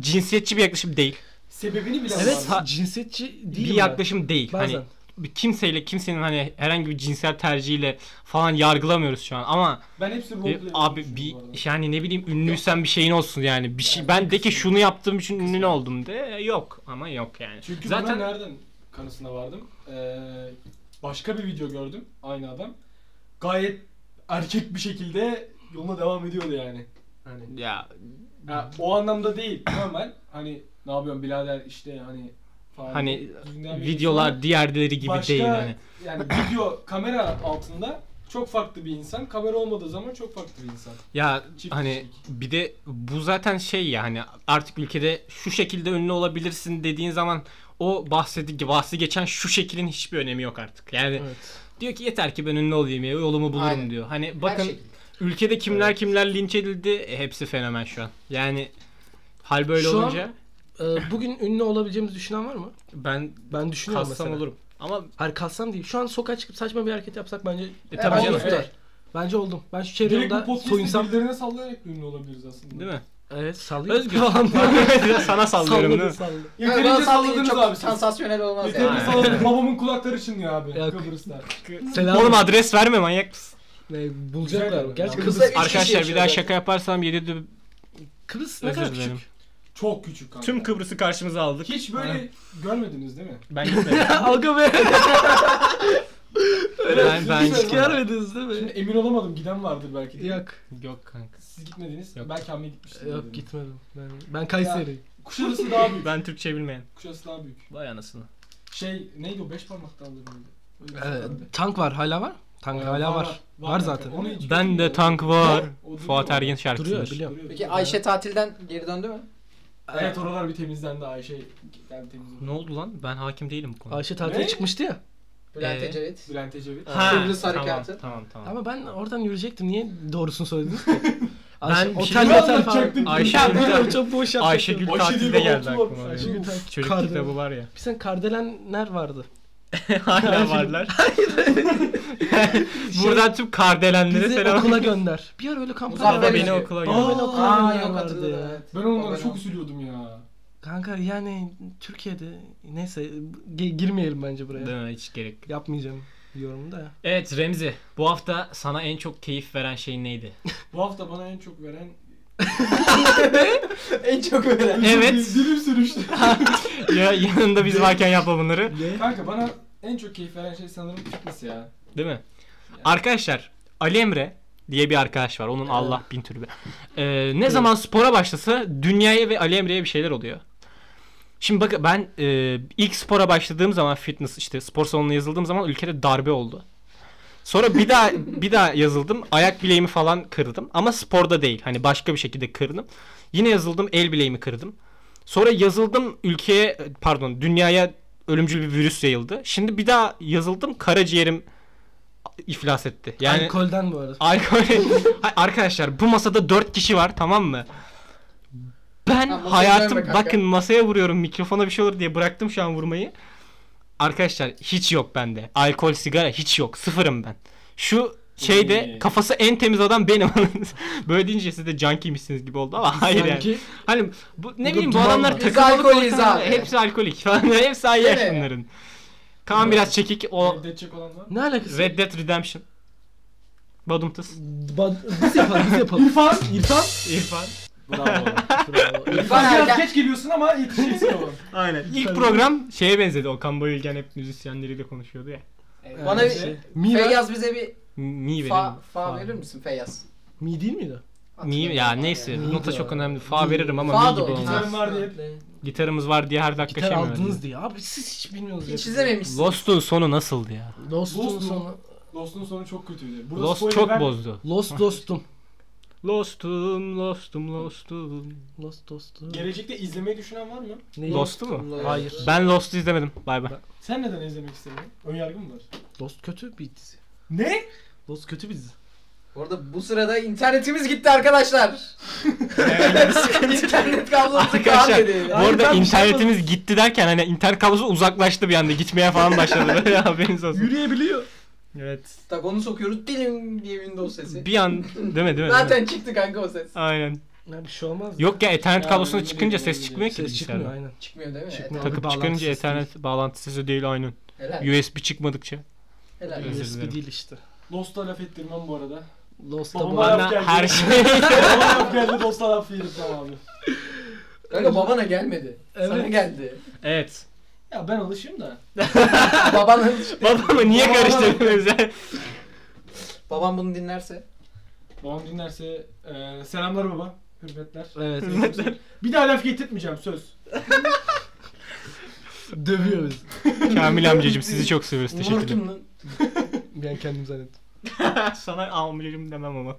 cinsiyetçi bir yaklaşım değil.
Sebebini bile
Evet
anlamadım.
cinsiyetçi değil
bir
bunlar.
yaklaşım değil.
Bazen.
Hani bir kimseyle kimsenin hani herhangi bir cinsel tercihiyle falan yargılamıyoruz şu an ama
Ben hepsini
e,
roleplay
abi bir yani ne bileyim ünlüysen bir şeyin olsun yani bir şey ben de ki şunu yaptığım için ünlü oldum de e, yok ama yok yani.
Çünkü
Zaten
Zaten nereden kanısına vardım. Ee, başka bir video gördüm aynı adam. Gayet erkek bir şekilde yoluna devam ediyordu yani. Hani
ya
ya, o anlamda değil normal hani ne yapıyorsun birader işte hani falan
Hani
yüzünden bir
videolar
insan.
diğerleri gibi
Başka-
değil hani.
Yani video kamera altında çok farklı bir insan. Kamera olmadığı zaman çok farklı bir insan.
Ya
Çift
hani bir de bu zaten şey ya hani artık ülkede şu şekilde ünlü olabilirsin dediğin zaman o bahsedi bahsi geçen şu şeklin hiçbir önemi yok artık. Yani
Evet.
diyor ki yeter ki ben ünlü olayım ya yolumu bulurum
Aynen.
diyor. Hani
Her şey.
bakın
şekilde.
ülkede kimler kimler linç edildi e, hepsi fenomen şu an. Yani hal böyle
Şu an-
olunca
Ee, bugün ünlü olabileceğimizi düşünen var mı?
ben
Ben düşünüyorum
kassam
mesela.
olurum. Ama
Hayır kalsam değil. Şu an sokağa çıkıp saçma bir hareket yapsak bence
e,
Bence
tabii
de.
canım.
tutar. Bence oldum. Ben şu
Direkt bu
çevremde
podcast'ı
soyunsam.
birilerine sallayarak ünlü olabiliriz aslında.
Değil mi?
Evet sallayayım. <laughs>
Özgür. Sana <laughs> sallıyorum değil mi?
salladı.
Yani bana
Yeterince
sallayın,
salladınız
çok
abi siz.
Sansasyonel olmaz yani.
Yeterince salladınız. Babamın kulakları çınlıyor abi
Yok.
Kıbrıs'ta.
Selam.
Oğlum adres verme manyak mısın?
Ne, bulacaklar mı? Gerçi
Kıbrıs'a
Kıbrıs,
Üç kişi
Arkadaşlar bir
yaşıyor
daha
zaten.
şaka yaparsam 7
Kıbrıs ne
Özür
kadar
dilerim.
küçük. <laughs>
Çok küçük kanka.
tüm Kıbrıs'ı karşımıza aldık. <laughs>
Hiç böyle görmediniz değil mi?
Ben gitmedim.
Alga be.
Ben, ben
Hiç görmediniz değil mi?
Şimdi emin olamadım giden vardır belki. diye.
Yok.
Yok kanka.
Siz gitmediniz.
Yok.
Belki hamle gitmiştir.
Yok gitmedim. Ben, ben Kayseri.
Kuşadası daha büyük.
Ben Türkçe bilmeyen.
Kuşadası daha büyük.
Vay anasını.
Şey neydi o 5 parmaktan aldı mıydı? Öyle bir şey
Ee,
vardı. Ee,
tank var hala var. Tank hala var. Var,
kanka.
zaten.
Onu hiç
Ben de
bilmiyorum.
tank var.
O duruyor
Fuat
mu?
Ergen
Duruyor
şarkısıdır.
biliyorum.
Duruyor.
Peki Ayşe tatilden geri döndü mü?
Evet oralar bir temizlendi Ayşe. Geldi temizlendi.
Ne oldu lan? Ben hakim değilim bu konuda.
Ayşe tatile
Ne?
çıkmıştı ya.
Bülent
Ee?
Ecevit.
Bülent Ecevit.
Kıbrıs
tamam,
harekatı.
tamam tamam.
Ama ben oradan yürüyecektim. Niye doğrusunu söylediniz ki? Ayşe,
<laughs> Ben bir şey
Ne
otel otel falan.
anlatacaktın?
Ayşe-
Ya biliyorum çok boş yaptım.
Ayşegül
Ayşe değil,
tatilde geldi
Ayşegül
aklıma.
Ayşegül.
benim.
Uf,
Çocuk
kardeşim.
kitabı var
<laughs>
ya.
Bir sen kardelenler vardı.
<laughs> Hala varlar. <laughs> Buradan tüm kardelenlere
Bizi
selam. <laughs>
okula gönder. Bir ara öyle
Muzaffer
kampanya
Mustafa
var.
beni
Ece-
okula
Aa,
gönder.
Beni okula
Aa
gönder
yok
vardı
hatırladım
ya.
evet.
Ben
O
onlara
ben
çok
o.
üzülüyordum ya.
Kanka yani Türkiye'de neyse ge- girmeyelim bence buraya.
Değil mi? Hiç gerek. yok.
Yapmayacağım yorumu da.
Evet Remzi. Bu hafta sana en çok keyif veren şey neydi?
Bu hafta bana en çok veren...
en çok öyle.
<laughs> Evet.
Dilim <laughs> sürüştü.
ya yanında biz varken yapma bunları.
Kanka bana en çok keyif veren şey sanırım fitness ya.
Değil mi? Arkadaşlar Ali Emre diye bir arkadaş var. Onun Allah bin türlü. Ee, ne zaman spora başlasa dünyaya ve Ali Emre'ye bir şeyler oluyor. Şimdi bakın ben e, ilk spora başladığım zaman fitness işte spor salonuna yazıldığım zaman ülkede darbe oldu. Sonra bir daha bir daha yazıldım. Ayak bileğimi falan kırdım ama sporda değil. Hani başka bir şekilde kırdım. Yine yazıldım, el bileğimi kırdım. Sonra yazıldım ülkeye pardon dünyaya ölümcül bir virüs yayıldı. Şimdi bir daha yazıldım karaciğerim iflas etti. Yani alkol,
Alkolden bu arada.
<laughs> Hayır, arkadaşlar bu masada 4 kişi var tamam mı? Ben
Ha, masaya
hayatım
dönme kanka.
bakın masaya vuruyorum mikrofona bir şey olur diye bıraktım şu an vurmayı. Arkadaşlar hiç yok bende. Alkol, sigara hiç yok. Sıfırım ben. Şu şeyde
İyi.
kafası en temiz adam benim. <laughs> Böyle deyince siz de junkie'mişsiniz gibi oldu ama hayır yani.
Sanki
Hani bu, ne bileyim bu
duman
adamlar
var.
Biz
takılmalık
alkolüyüz
ortamda-
abi.
Hepsi alkolik falan. <laughs> Hepsi aynı yaş
Evet.
bunların. Kaan biraz çekik. O
reddedecek
<laughs>
olan var.
Ne alakası?
Red Dead Redemption. Badumtus.
Ba- biz yapalım biz yapalım. İrfan. İrfan.
İrfan.
Bravo.
<laughs>
İrfan
Biraz
Ergen.
geç geliyorsun ama yetişeceksin oğlum.
Aynen. İlk program şeye benzedi. Okan Bayülgen hep müzisyenleriyle konuşuyordu ya.
Bana bir-
Şey,
Mira.
Feyyaz bize bir
M- Mi verir
fa,
mi?
fa verir misin Feyyaz?
Mi değil miydi?
Mi ya neyse
Mi
nota
de
çok
var.
önemli. Fa
Mi.
veririm ama
Fa
mi
da
gibi
o,
olmaz.
Gitarım var diye.
Gitarımız var diye her dakika
Gitar
şey mi
aldınız
verdin?
diye. Abi siz hiç bilmiyorsunuz.
Hiç
ya.
izlememişsin.
Lost'un sonu nasıldı ya?
Dostum
Dostum.
sonu.
Lost'un sonu çok kötüydü. Burada
Lost
spoiler
çok
verme-
bozdu.
Lost dostum.
Lost'um, Lost'um, Lost'um.
Lost dostum.
Gelecekte izlemeyi düşünen var mı?
Neyi?
Lost'u mu?
Hayır.
Ben Lost'u izlemedim. Bay bay.
Sen neden izlemek istemiyorsun? Önyargın mı var?
Lost kötü bir dizi.
Ne?
Lost kötü bir dizi.
Bu arada bu sırada internetimiz gitti arkadaşlar. <laughs> İnternet kablosu kan
Arkadaşlar
dedi.
bu arada
şey
internetimiz gitti derken hani internet kablosu uzaklaştı bir anda gitmeye falan başladı <laughs> böyle haberiniz olsun.
Yürüyebiliyor.
Evet.
Tak onu sokuyoruz dilim diye Windows sesi.
Bir an değil mi değil mi? değil mi?
Zaten çıktı kanka o ses.
Aynen.
Ya bir şey olmaz.
Yok ya ethernet
Ya,
kablosuna
öyle
çıkınca
değil,
ses
öyle
çıkmıyor ki
Ses çıkmıyor
bilgisayardan.
aynen.
Çıkmıyor değil mi?
Çıkmıyor.
Evet,
Takıp
Bağlantı
çıkınca
sesi
ethernet bağlantı sesi değil aynen.
Helal.
USB çıkmadıkça.
Helal.
Özür dilerim.
USB değil işte.
Lost'a laf ettirmem
<laughs>
bu arada.
Lost'ta
Babama
bu arada.
Bayağı
Bana
geldi.
her şey.
Bana laf geldi Lost'a laf yedirtmem abi.
Kanka babana gelmedi. Sana
Evet.
geldi.
<laughs> evet.
Ya ben alışayım da.
Babana
Babamı niye
Babama-
karıştırdınız ya?
Babam bunu dinlerse.
Babam dinlerse e, selamlar baba. Hürmetler.
Evet.
Bir daha laf getirtmeyeceğim söz.
Dövüyor bizi.
Kamil amcacım sizi çok seviyoruz. Teşekkür
Umur
ederim.
kim lan?
Ben kendim zannettim.
Sana amcacım demem ama.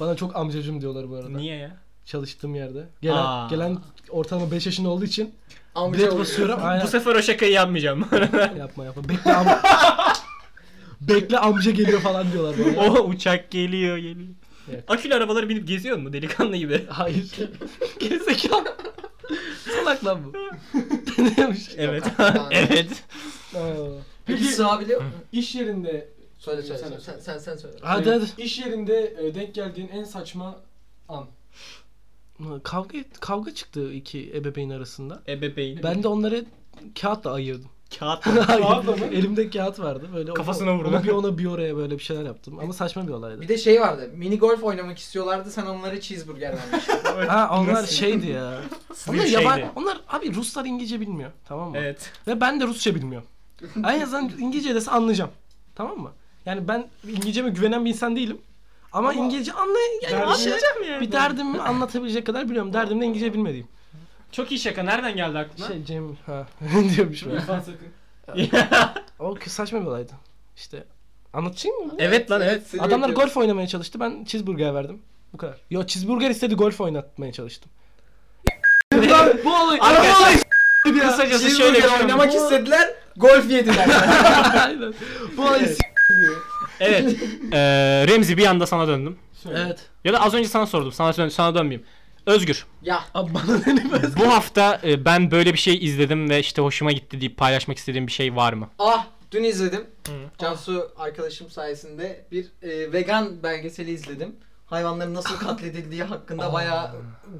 Bana çok amcacım diyorlar bu arada.
Niye ya?
Çalıştığım yerde. Gelen,
Aa.
gelen ortalama 5 yaşında olduğu için
Amca
bilet
oluyor.
basıyorum.
Bu
Aynen.
sefer o şakayı yapmayacağım. <laughs>
yapma yapma. Bekle amca. <laughs> Bekle amca geliyor falan diyorlar bana.
o uçak geliyor geliyor.
Evet.
Akülü arabalara binip geziyor mu delikanlı <laughs> gibi?
Hayır. <laughs> Gerizekalı. Salak lan bu. Denemiş.
Evet.
abi.
<laughs> evet.
Aa.
Peki
Peki
sığ biliyor musun?
iş yerinde
Söyle söyle
Sen-
söyle. Sen sen sen söyle.
Hadi hadi.
iş yerinde e, denk geldiğin en saçma an.
Kavga et, kavga çıktı iki ebeveyn arasında.
Ebeveyn.
Ben de onları kağıtla ayırdım. <laughs>
Kağıt.
Kağıtla mı?
Elimde kağıt vardı böyle. ona-
Kafasına vurdu.
ona bir ona bir oraya böyle bir şeyler yaptım ama saçma bir olaydı.
Bir de şey vardı. Mini golf oynamak istiyorlardı. Sen onlara cheeseburger vermiştin.
Ha onlar
Nasıl?
şeydi ya.
Bir
onlar yaban
şeydi.
onlar abi Ruslar İngilizce bilmiyor tamam mı?
Evet.
Ve ben de Rusça bilmiyorum. en azından İngilizce dese anlayacağım. Tamam mı? Yani ben İngilizceme güvenen bir insan değilim. Ama,
Ama
İngilizce anlay yani
Derdini-
bir şey- bir derdimi anlatabilecek kadar biliyorum. Derdim de İngilizce bilmediğim.
Çok iyi şaka. Nereden geldi aklına?
Şey Cem ha <laughs>
<laughs>
diyormuş.
İrfan sakın.
o saçma bir olaydı. İşte anlatayım mı? <laughs>
evet lan evet.
Seni
Adamlar
bekliyorum.
golf oynamaya çalıştı. Ben cheeseburger verdim. Bu kadar. Yo cheeseburger istedi golf oynatmaya çalıştım.
Bu olay.
Kısacası şöyle bir
Cheeseburger
şey.
oynamak istediler. Golf yediler.
Aynen. Bu olay
Evet. <laughs> Ee, Remzi bir anda sana döndüm.
Evet.
Ya da az önce sana sordum. Sana dön- sana dönmeyeyim. Özgür.
<laughs> ya
Abi bana ne be?
Bu hafta e, ben böyle bir şey izledim ve işte hoşuma gitti deyip paylaşmak istediğim bir şey var mı?
ah dün izledim. Cansu arkadaşım sayesinde bir e, vegan belgeseli izledim. Hayvanların nasıl katledildiği hakkında bayağı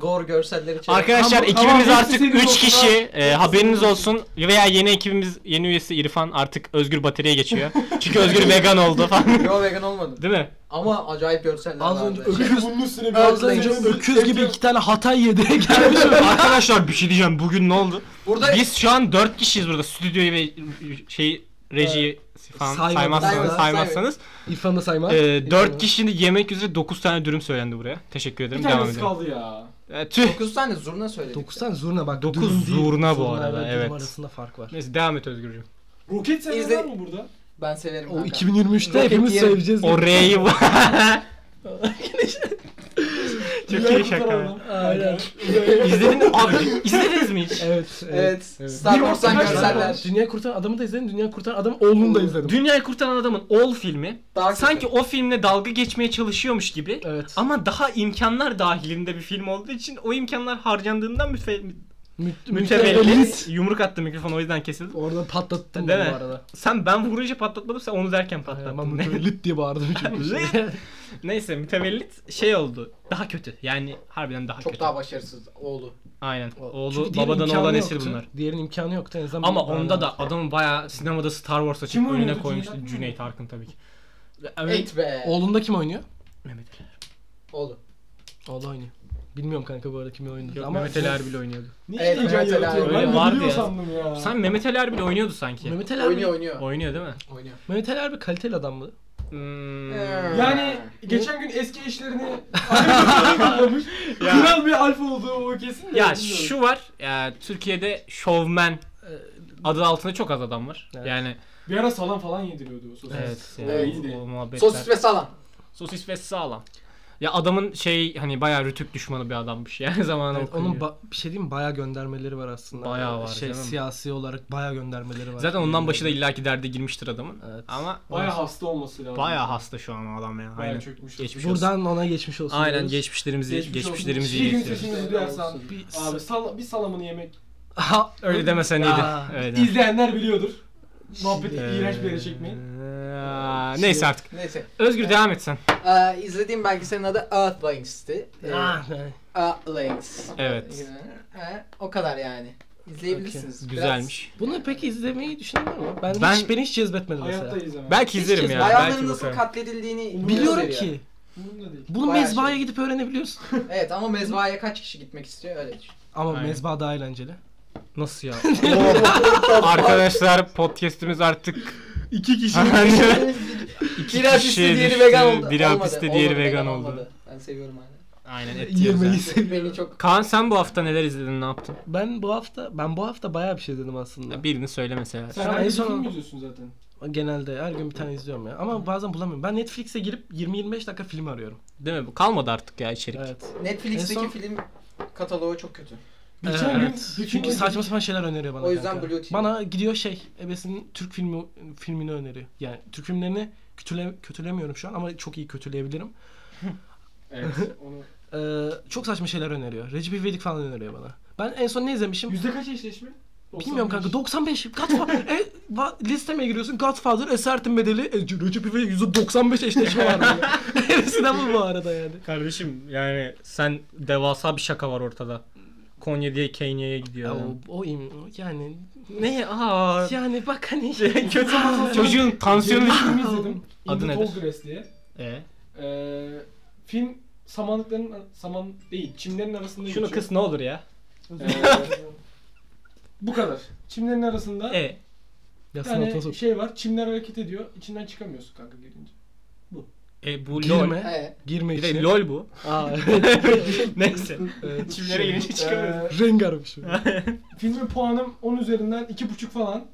gore görselleri çekti.
Arkadaşlar
Tamam,
ekibimiz
tamam,
artık
hepsi senin
3
olsun
kişi.
ha.
E, haberiniz olsun. Veya yeni ekibimiz yeni üyesi İrfan artık Özgür Bateri'ye geçiyor. Çünkü Özgür vegan oldu falan. <laughs>
Yo vegan olmadım.
Değil mi?
Ama acayip görseller
Az
vardı.
önce
Öküz bunun üstüne bir
Öküz-
atlasın.
Öküz gibi iki tane Hatay yedi. <laughs> Gelmiş.
Arkadaşlar bir şey diyeceğim. Bugün ne oldu?
Burada
Biz şu an 4 kişiyiz burada. Stüdyoyu ve şey rejiyi falan
Saymadım.
saymazsanız,
Saymadım.
saymazsanız
İrfan da sayma.
e, 4
İrfan-
kişinin yemek üzere 9 tane dürüm söylendi buraya. Teşekkür
Bir
ederim. Devam
tanesi
edelim.
kaldı ya.
E, tüh.
9 tane zurna söyledik.
9 tane zurna bak.
Dokuz
dürüm değil,
zurna bu
zurnayla
arada,
dürüm
evet.
arasında fark var.
Neyse devam et Özgürcüğüm.
Roket sen
İzle-
var mı burada?
Ben severim.
O
kanka.
2023'te
Roket
hepimiz
yerim.
seveceğiz.
O R'yi Çok iyi şaka.
Aynen.
İzlediniz abi. İzlediniz mi hiç?
Evet.
Evet. Star Wars'tan
Kaç tane
görseller.
var?
Dünya Kurtaran Adamı da izledim. Dünya Kurtaran Adamı oğlunu da izledim.
Dünyayı kurtaran adamın All filmi
Daha kötü.
sanki o filmle dalga geçmeye çalışıyormuş gibi
Evet.
ama daha imkanlar dahilinde bir film olduğu için o imkanlar harcandığından müfe-
Müte-
mütevellit yumruk attı mikrofon o yüzden kesildi.
Orada patlattım
Değil
ben
mi?
bu arada.
Sen ben vurunca patlatmadım sen onu derken
Ee, Ama
patlattın. <laughs>
mütevellit diye bağırdım. çünkü.
Lit. Neyse mütevellit şey oldu. Daha kötü. Yani harbiden daha
çok
kötü.
daha başarısız oğlu.
Aynen. <laughs>
Çünkü
Oğlu
diğerinin
babadan
imkanı
olan nesil
yoktu.
bunlar.
Diğerinin imkanı yoktu en azından.
Ama
bu-
onda da adamın bayağı sinemada Star Wars açıp
Kim
önüne
oynuyordu?
koymuştu.
Cüneyt Arkın mı?
Cüneyt Arkın tabii ki.
Evet. be.
Oğlunda kim oynuyor?
Mehmet Ali.
Oğlu.
Oğlu oynuyor. Bilmiyorum kanka bu arada kim oynuyor.
Yok
Ama şey-
Mehmet Ali Erbil oynuyordu.
Niye
Evet,
heyecan
evet,
yaratıyor?
evet.
Ben
Vardı
de biliyor
ya.
sandım ya.
Sen Mehmet Ali Erbil oynuyordu sanki.
Mehmet Ali
Oynuyor
Erbil,
oynuyor.
Oynuyor değil mi?
Oynuyor.
Mehmet Ali Erbil kaliteli adam mı?
Hmm.
Yani geçen gün eski
<laughs>
eşlerini anlamış. Kral bir alfa olduğu o kesin de.
Ya
bilmiyorum.
şu var. Ya, Türkiye'de şovmen adı altında çok az adam var.
Evet.
Yani
Bir ara salam falan yediriyordu o sosis.
evet.
O
yani
iyiydi.
o muhabbetler.
Sosis ve salam.
Sosis ve sağlam. Ya adamın şey hani bayağı rütük düşmanı bir adammış yani <laughs> zamanı
Evet,
okuyor.
onun ba- bir şey diyeyim mi? bayağı göndermeleri var aslında.
Bayağı var
Şey,
canım.
siyasi olarak bayağı göndermeleri var.
Zaten ondan başı da illaki derde girmiştir adamın.
Evet.
Ama
Baya hasta olması lazım.
bayağı hasta şu an adam ya.
Bayağı
Aynen.
çökmüş.
Geçmiş olsun.
Buradan ona geçmiş olsun.
Aynen
diyoruz.
geçmişlerimizi
Geçmiş olsun.
geçmişlerimizi
İki gün
iletiyoruz.
sesimizi duyarsan
Bir-
abi sal- bir salamını yemek.
Aha,
<laughs>
<laughs>
Öyle demesen iyiydi.
Aa.
Öyle deme.
İzleyenler biliyordur. Muhabbeti
Ee,
iğrenç bir yere çekmeyin.
Aa, Neyse artık.
Neyse.
Özgür devam et sen.
Ee, izlediğim belgeselin adı Earthlings'ti. Ee,
Ah,
Earthlings.
Evet.
Ee, o kadar yani. İzleyebilirsiniz. Biraz-
Güzelmiş.
Bunu peki izlemeyi düşünüyor mu? Ben,
Ben-
hiç beni hiç cezbetmedi mesela.
Hayatta izlemem.
Belki
Hiç
izlerim
kez-
ya. Belki
Hayvanların nasıl
bakarım.
katledildiğini
Biliyorum
gösteriyor.
ki.
Umurumda değil.
Bunu
Bayağı
mezbahaya
şey.
gidip öğrenebiliyorsun.
Evet ama mezbahaya kaç kişi gitmek istiyor öyle düşün.
Ama
Aynen.
mezba daha eğlenceli.
Nasıl ya? <laughs> Oo. Arkadaşlar podcast'imiz artık
İki
<laughs>
kişi.
Hani-
Biri hapiste
kişiye
diğeri
düştü,
vegan oldu.
biri
Olmadı,
hapiste, diğeri
olmadı,
vegan oldu.
olmadı. Ben seviyorum hala.
Aynen et yiyoruz
Yemeği
yani.
<laughs> seviyorum.
Beni çok
Kaan sen bu hafta neler izledin ne yaptın?
Ben bu hafta ben bu hafta bayağı bir şey dedim aslında.
Ya birini söyle mesela.
Sen
Şu an
her
en
gün
son-
film izliyorsun zaten.
Genelde her gün bir tane izliyorum ya. Ama bazen bulamıyorum. Ben Netflix'e girip 20-25 dakika film arıyorum.
Değil mi? Bu kalmadı artık ya içerik.
Evet.
Netflix'teki
En son-
film kataloğu çok kötü.
Geçen
Evet.
gün bütün
Çünkü
gün
saçma sapan şeyler öneriyor bana.
O yüzden
kanka.
Blue TV.
Bana gidiyor şey, ebesinin Türk filmi filmini öneriyor. Yani Türk filmlerini kötüle, kötülemiyorum şu an ama çok iyi <laughs> kötüleyebilirim.
Evet. Onu...
<laughs> Ee, çok saçma şeyler öneriyor. Recep İvedik falan öneriyor bana. Ben en son ne izlemişim?
Yüzde kaç eşleşme?
Bilmiyorum
95.
kanka 95. Godfather. <laughs> e, va- listeme giriyorsun. Godfather, Esaretin Bedeli, e, Recep İvedik %95 eşleşme var. böyle. Hepsi de bu bu arada yani.
Kardeşim yani sen devasa bir şaka var ortada. Konya diye Kenya'ya
Ya
gidiyor.
o, o im- yani
Ne? Aa.
yani bak <laughs> hani
<laughs> Kötü Çocuğun tansiyonu E?
Yeni bir <laughs>
düşmüş. <laughs>
film izledim.
Adı
Adı
nedir?
nedir? Tallgrass diye. Ee, film samanlıkların saman değil çimlerin arasında
Şunu
geçiyor.
kıs ne olur ya. <laughs>
Ee, bu kadar. Çimlerin arasında
E.
Ya
Bir tane
sınavına sok.
şey var. Çimler hareket ediyor. İçinden çıkamıyorsun kanka girince.
E bu LOL.
Girme.
Ee,
Girme
Bir
işte.
de LOL bu.
<laughs>
Aa,
Neyse.
<laughs>
evet.
Çimlere girince çıkamıyoruz.
Ee,
Rengar bir şey.
şey, filmin puanım 10 üzerinden
<laughs>
2,5 falan.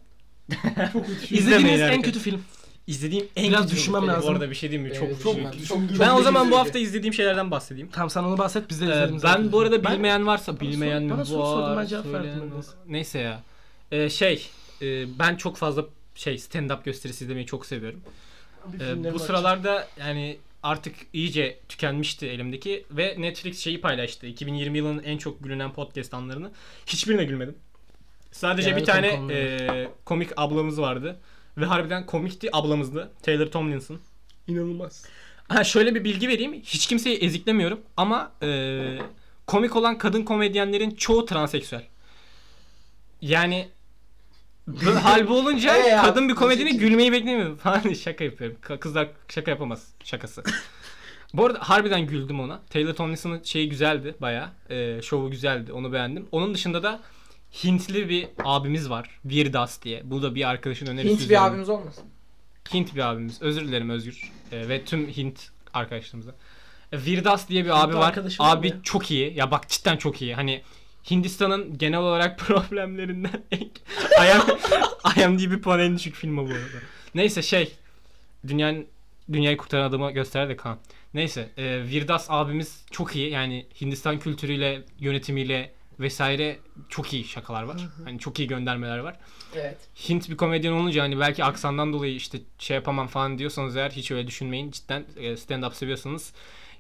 Çok müthiş.
İzlemeyin
İzlediğiniz en
arkadaşlar.
kötü film.
İzlediğim en
Biraz
kötü
düşünmem
film.
lazım.
Bu arada bir şey diyeyim mi? Çok
Evet,
çok.
çok-
Ben o zaman bu hafta izlediğim şeylerden bahsedeyim.
Tamam sen onu bahset biz de
Ee,
izleyelim.
ben bu arada
Ben-
bilmeyen varsa
Bana
bilmeyen
sor-
mi
bana soru
var,
sordun, ben cevap
söyleyen
verdim,
var.
neyse.
Neyse ya. Ee, şey, e, ben çok fazla şey stand up gösterisi izlemeyi çok seviyorum.
Bir
Ee,
filmlerim
bu
var.
sıralarda yani artık iyice tükenmişti elimdeki ve Netflix şeyi paylaştı. 2020 yılının en çok gülünen podcast anlarını. Hiçbirine gülmedim. Sadece
Genelde
bir tane
komik anlar.
e, komik ablamız vardı. Ve harbiden komikti ablamızdı. Taylor Tomlinson. <laughs>
İnanılmaz.
Ha şöyle bir bilgi vereyim. Hiç kimseyi eziklemiyorum ama e, komik olan kadın komedyenlerin çoğu transeksüel. Yani bu
<laughs>
hal bu olunca
Ee ya,
kadın bir komedine
diyecek
gülmeyi beklemiyorum <laughs> falan şaka yapıyorum. Ka- Kızlar şaka yapamaz şakası. bu arada harbiden güldüm ona. Taylor Tomlinson'ın şeyi güzeldi bayağı. E, şovu güzeldi. Onu beğendim. Onun dışında da Hintli bir abimiz var. Virdas diye. Bu da bir arkadaşın önerisi.
Hint
üzerine.
bir abimiz olmasın?
Hint bir abimiz. Özür dilerim Özgür. Ee, ve tüm Hint arkadaşlarımıza. Ee, Virdas diye bir abi var.
arkadaşım var
Abi
ya.
çok iyi. Ya bak cidden çok iyi. Hani Hindistan'ın genel olarak <laughs> problemlerinden en... I am, IMDb puan en düşük filmi bu arada. Neyse şey. Dünyanın Dünyayı kurtaran adama gösterdi Kaan. Neyse e, Virdas abimiz çok iyi. Yani Hindistan kültürüyle, yönetimiyle vesaire çok iyi şakalar var. Hani çok iyi göndermeler var.
Evet.
Hint bir komedyen olunca hani belki aksandan dolayı işte şey yapamam falan diyorsanız eğer hiç öyle düşünmeyin. Cidden e, stand up seviyorsanız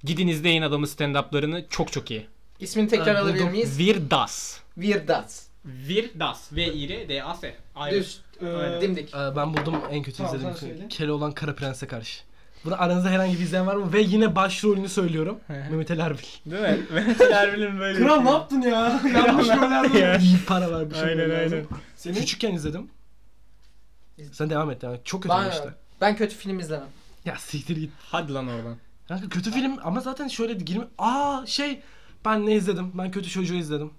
gidin izleyin adamın stand up'larını. Çok çok iyi.
İsmini tekrar
Ha,
alabilir
buldum.
miyiz?
Virdas.
Virdat.
Virdas. V i r d a s.
Düz. e,
Ee,
Dimdik.
Ee, ben buldum en kötü
Tamam,
izlediğim
sen
film.
söyle.
Keloğlan Kara Prens'e karşı. Bunu aranızda herhangi bir izleyen var mı? Ve yine başrolünü söylüyorum. Mehmet Ali Erbil.
Değil mi? Mehmetler bilir böyle.
Kral ne yaptın ya? Şey, Yanlış roller
ya?
İyi para vermişim.
Aynen
lazım.
aynen.
Senin
Küçükken izledim. Sen devam et devam et. Çok kötü
Ben,
işte.
ben kötü film izlemem.
Ya siktir git.
Hadi lan oradan.
Kanka kötü film ama zaten şöyle girme... Aa şey ben ne izledim? Ben kötü çocuğu izledim.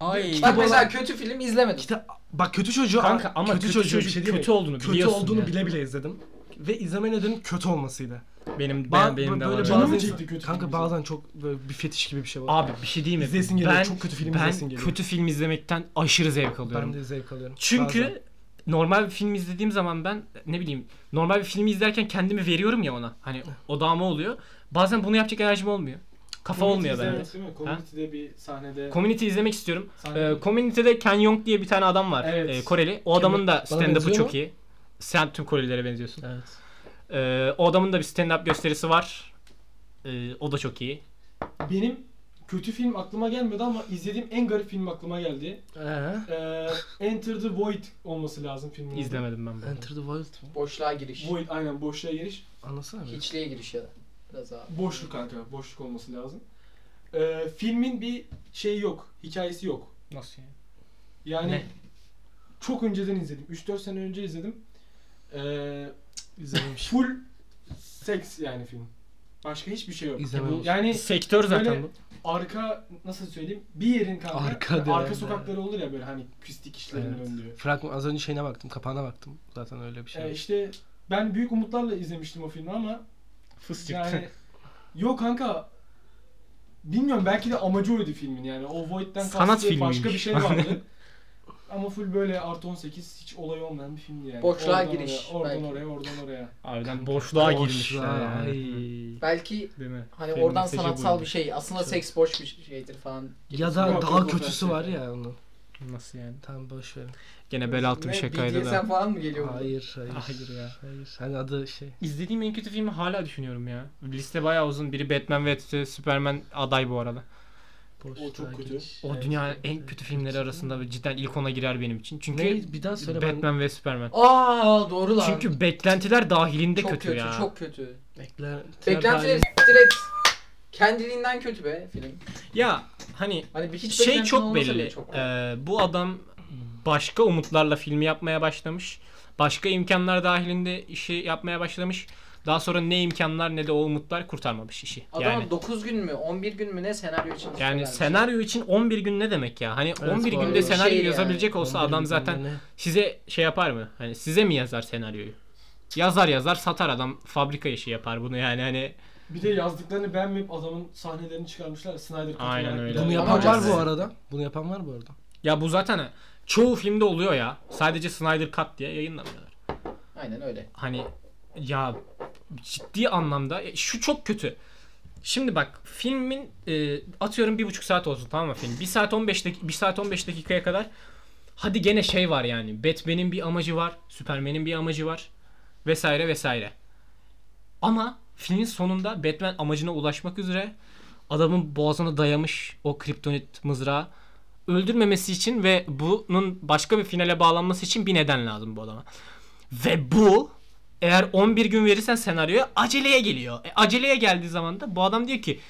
Ay.
Bak
bu
mesela
olan-
kötü film izlemedim.
İşte bak kötü çocuğu
Kanka ama kötü,
çocuğu bir
çocuk
şey değil mi?
kötü olduğunu
kötü
biliyorsun
olduğunu
ya.
bile bile izledim. Ve izleme nedenim kötü olmasıydı.
Benim,
Ba-
ben, benim de
böyle
var.
Canım
bazen-
mı çekti kötü
Kanka
film
bazen çok böyle bir fetiş gibi bir şey var.
Abi bir şey diyeyim mi?
İzleyesin geliyor,
Ben-
çok kötü film
ben
izleyesin geliyor.
kötü film izlemekten aşırı zevk alıyorum.
Ben de zevk alıyorum.
Çünkü
Bazen.
normal bir film izlediğim zaman ben ne bileyim normal bir filmi izlerken kendimi veriyorum ya ona. Hani odağıma oluyor. Bazen bunu yapacak enerjim olmuyor. Kafa olmuyor bende.
Değil mi? Community'de bir sahnede.
Community izlemek istiyorum.
Sahne-
Ee, Community'de Ken Jeong diye bir tane adam var.
Evet.
ee, Koreli. O adamın da
Bana
stand-up'ı
benziyor
çok
mu?
iyi. Sen tüm Korelilere benziyorsun.
Evet.
Ee, o adamın da bir stand-up gösterisi var. Ee, o da çok iyi.
Benim kötü film aklıma gelmedi ama izlediğim en garip film aklıma geldi.
Ee?
Ee, Enter the Void olması lazım filmin. adı.
İzlemedim ben bunu.
Enter the Wild mı?
Boşluğa giriş.
Void aynen boşluğa giriş.
Anlasana bir.
Hiçliğe giriş ya da. Biraz daha.
Boşluk kanka. Boşluk olması lazım. Ee, filmin bir şeyi yok. Hikayesi yok.
Nasıl yani?
Yani
Ne?
çok önceden izledim. 3-4 sene önce izledim. Ee,
İzlememiş.
full seks yani film. Başka hiçbir şey yok.
İzlememiş.
Yani
Hani Sektör zaten
Böyle-
bu.
arka nasıl söyleyeyim bir yerin kanka
Arka
arka,
diyorlar.
sokakları olur ya böyle hani pislik işlerin
Evet.
döndüğü.
Fragman az önce şeyine baktım, kapağına baktım. Zaten öyle bir şey.
Ee, işte ben büyük umutlarla izlemiştim o filmi ama
Fıs <laughs>
<laughs>
yani yok kanka bilmiyorum belki de amacı oydu filmin yani o Void'den
Sanat
kastı başka
filmiymiş.
bir şey vardı. <laughs> ama full böyle artı 18 hiç olay olmayan bir filmdi yani.
Boşluğa
Oradan
giriş
Oraya, oradan
belki.
oraya oradan oraya.
Harbiden boşluğa
Boşluğa,
girmişler yani.
ay.
Belki
Değil mi?
hani
Filmin
oradan
mesajı
sanatsal
buydu.
bir şey. Aslında
Çok-
seks boş bir şeydir falan.
ya da
Yok,
daha
yok, o
kötüsü
felsefe.
var ya onun.
Nasıl yani?
Tamam boş verin.
Gene bel altı bir
Ne,
şakaydı
BDSM
da.
falan mı geliyor? burada?
Hayır, hayır.
Hayır ya.
Hayır. Hani adı şey.
İzlediğim en kötü filmi hala düşünüyorum ya. Liste bayağı uzun. Biri Batman ve ötesi Superman aday bu arada.
Boş
O çok kötü.
Şey,
O dünyanın en kötü filmleri arasında ve cidden ilk ona girer benim için. Çünkü
Ne? Bir daha söyle ben-
Batman ve Superman.
Aa doğru lan.
Çünkü beklentiler dahilinde
çok
kötü, ya.
Çok kötü.
Bekler.
Beklentileri siktir et. Kendiliğinden kötü be film.
Ya hani
Hani bir hiç
şey
beklentin
çok
olmasa bile
belli.
çok-
Ee, bu adam başka umutlarla filmi yapmaya başlamış. Başka imkanlar dahilinde işi yapmaya başlamış. Daha sonra ne imkanlar ne de o umutlar kurtarmamış işi.
Adam
yani
9 gün mü 11 gün mü ne senaryo için
yani
istiyorlarmış.
senaryo için 11 gün ne demek ya? Hani 11
bu
günde
arada.
senaryo
Şey
yazabilecek olsa adam zaten size şey yapar mı? Hani size mi yazar senaryoyu? Yazar yazar satar adam fabrika işi yapar bunu yani hani
Bir de yazdıklarını beğenmeyip adamın sahnelerini çıkarmışlar. Snyder Cut
Aynen
olarak
öyle.
bile-
bunu
Ama
yapan var bu
siz-
arada. Bunu yapan var bu arada.
ya bu zaten çoğu filmde oluyor ya. Sadece Snyder Cut diye yayınlamıyorlar.
Aynen öyle.
hani ya ciddi anlamda e, şu çok kötü. Şimdi bak filmin e, atıyorum bir buçuk saat olsun tamam mı film? 1 saat 15 dakika, 1 saat 15 dakikaya kadar hadi gene şey var yani. Batman'in bir amacı var. Superman'in bir amacı var. Vesaire vesaire. Ama filmin sonunda Batman amacına ulaşmak üzere adamın boğazına dayamış o kriptonit mızrağı öldürmemesi için ve bunun başka bir finale bağlanması için bir neden lazım bu adama. Ve bu eğer 11 gün verirsen senaryoya aceleye geliyor. E, aceleye geldiği zaman da bu adam diyor ki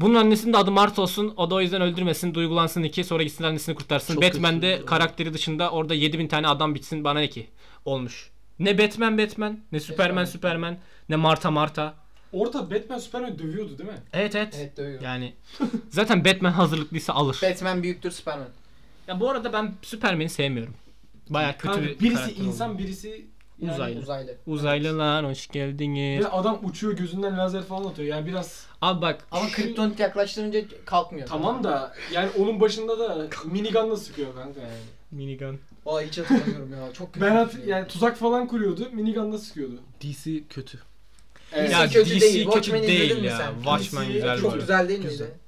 bunun annesinin de adı Mart olsun. O da o yüzden öldürmesin. Duygulansın iki. Sonra gitsin annesini kurtarsın.
Çok
Batman'de
kötü.
karakteri dışında orada 7000 tane adam bitsin. Bana ne ki? Olmuş. Ne Batman Batman. Ne Superman
Batman.
Superman. Ne Marta Marta.
Orada Batman Superman dövüyordu değil mi?
Evet evet.
Evet dövüyor.
Yani zaten Batman hazırlıklıysa alır.
Batman büyüktür Superman.
Ya bu arada ben Superman'i sevmiyorum. Baya kötü
Kanka,
bir
birisi
karakter
insan
oldu.
birisi
Uzaylı.
Uzaylı.
Uzaylılar hoş geldiniz.
Ve adam uçuyor gözünden lazer falan atıyor. Yani biraz
Abi bak
Ama
Şu-
kriptonit yaklaştırınca kalkmıyor.
tamam da yani onun başında da minigunla sıkıyor kanka yani.
minigun.
Aa hiç hatırlamıyorum ya. Çok kötü.
Ben
bir
hat-
film.
yani tuzak falan kuruyordu. Minigunla sıkıyordu.
DC kötü.
Evet.
Ya
DC kötü
DC
değil.
kötü
Watchmen'i
değil
izledin mi
ya.
sen?
Watchmen
DC
güzel bu
Çok
arada.
güzel değil
Güzel.
miydi?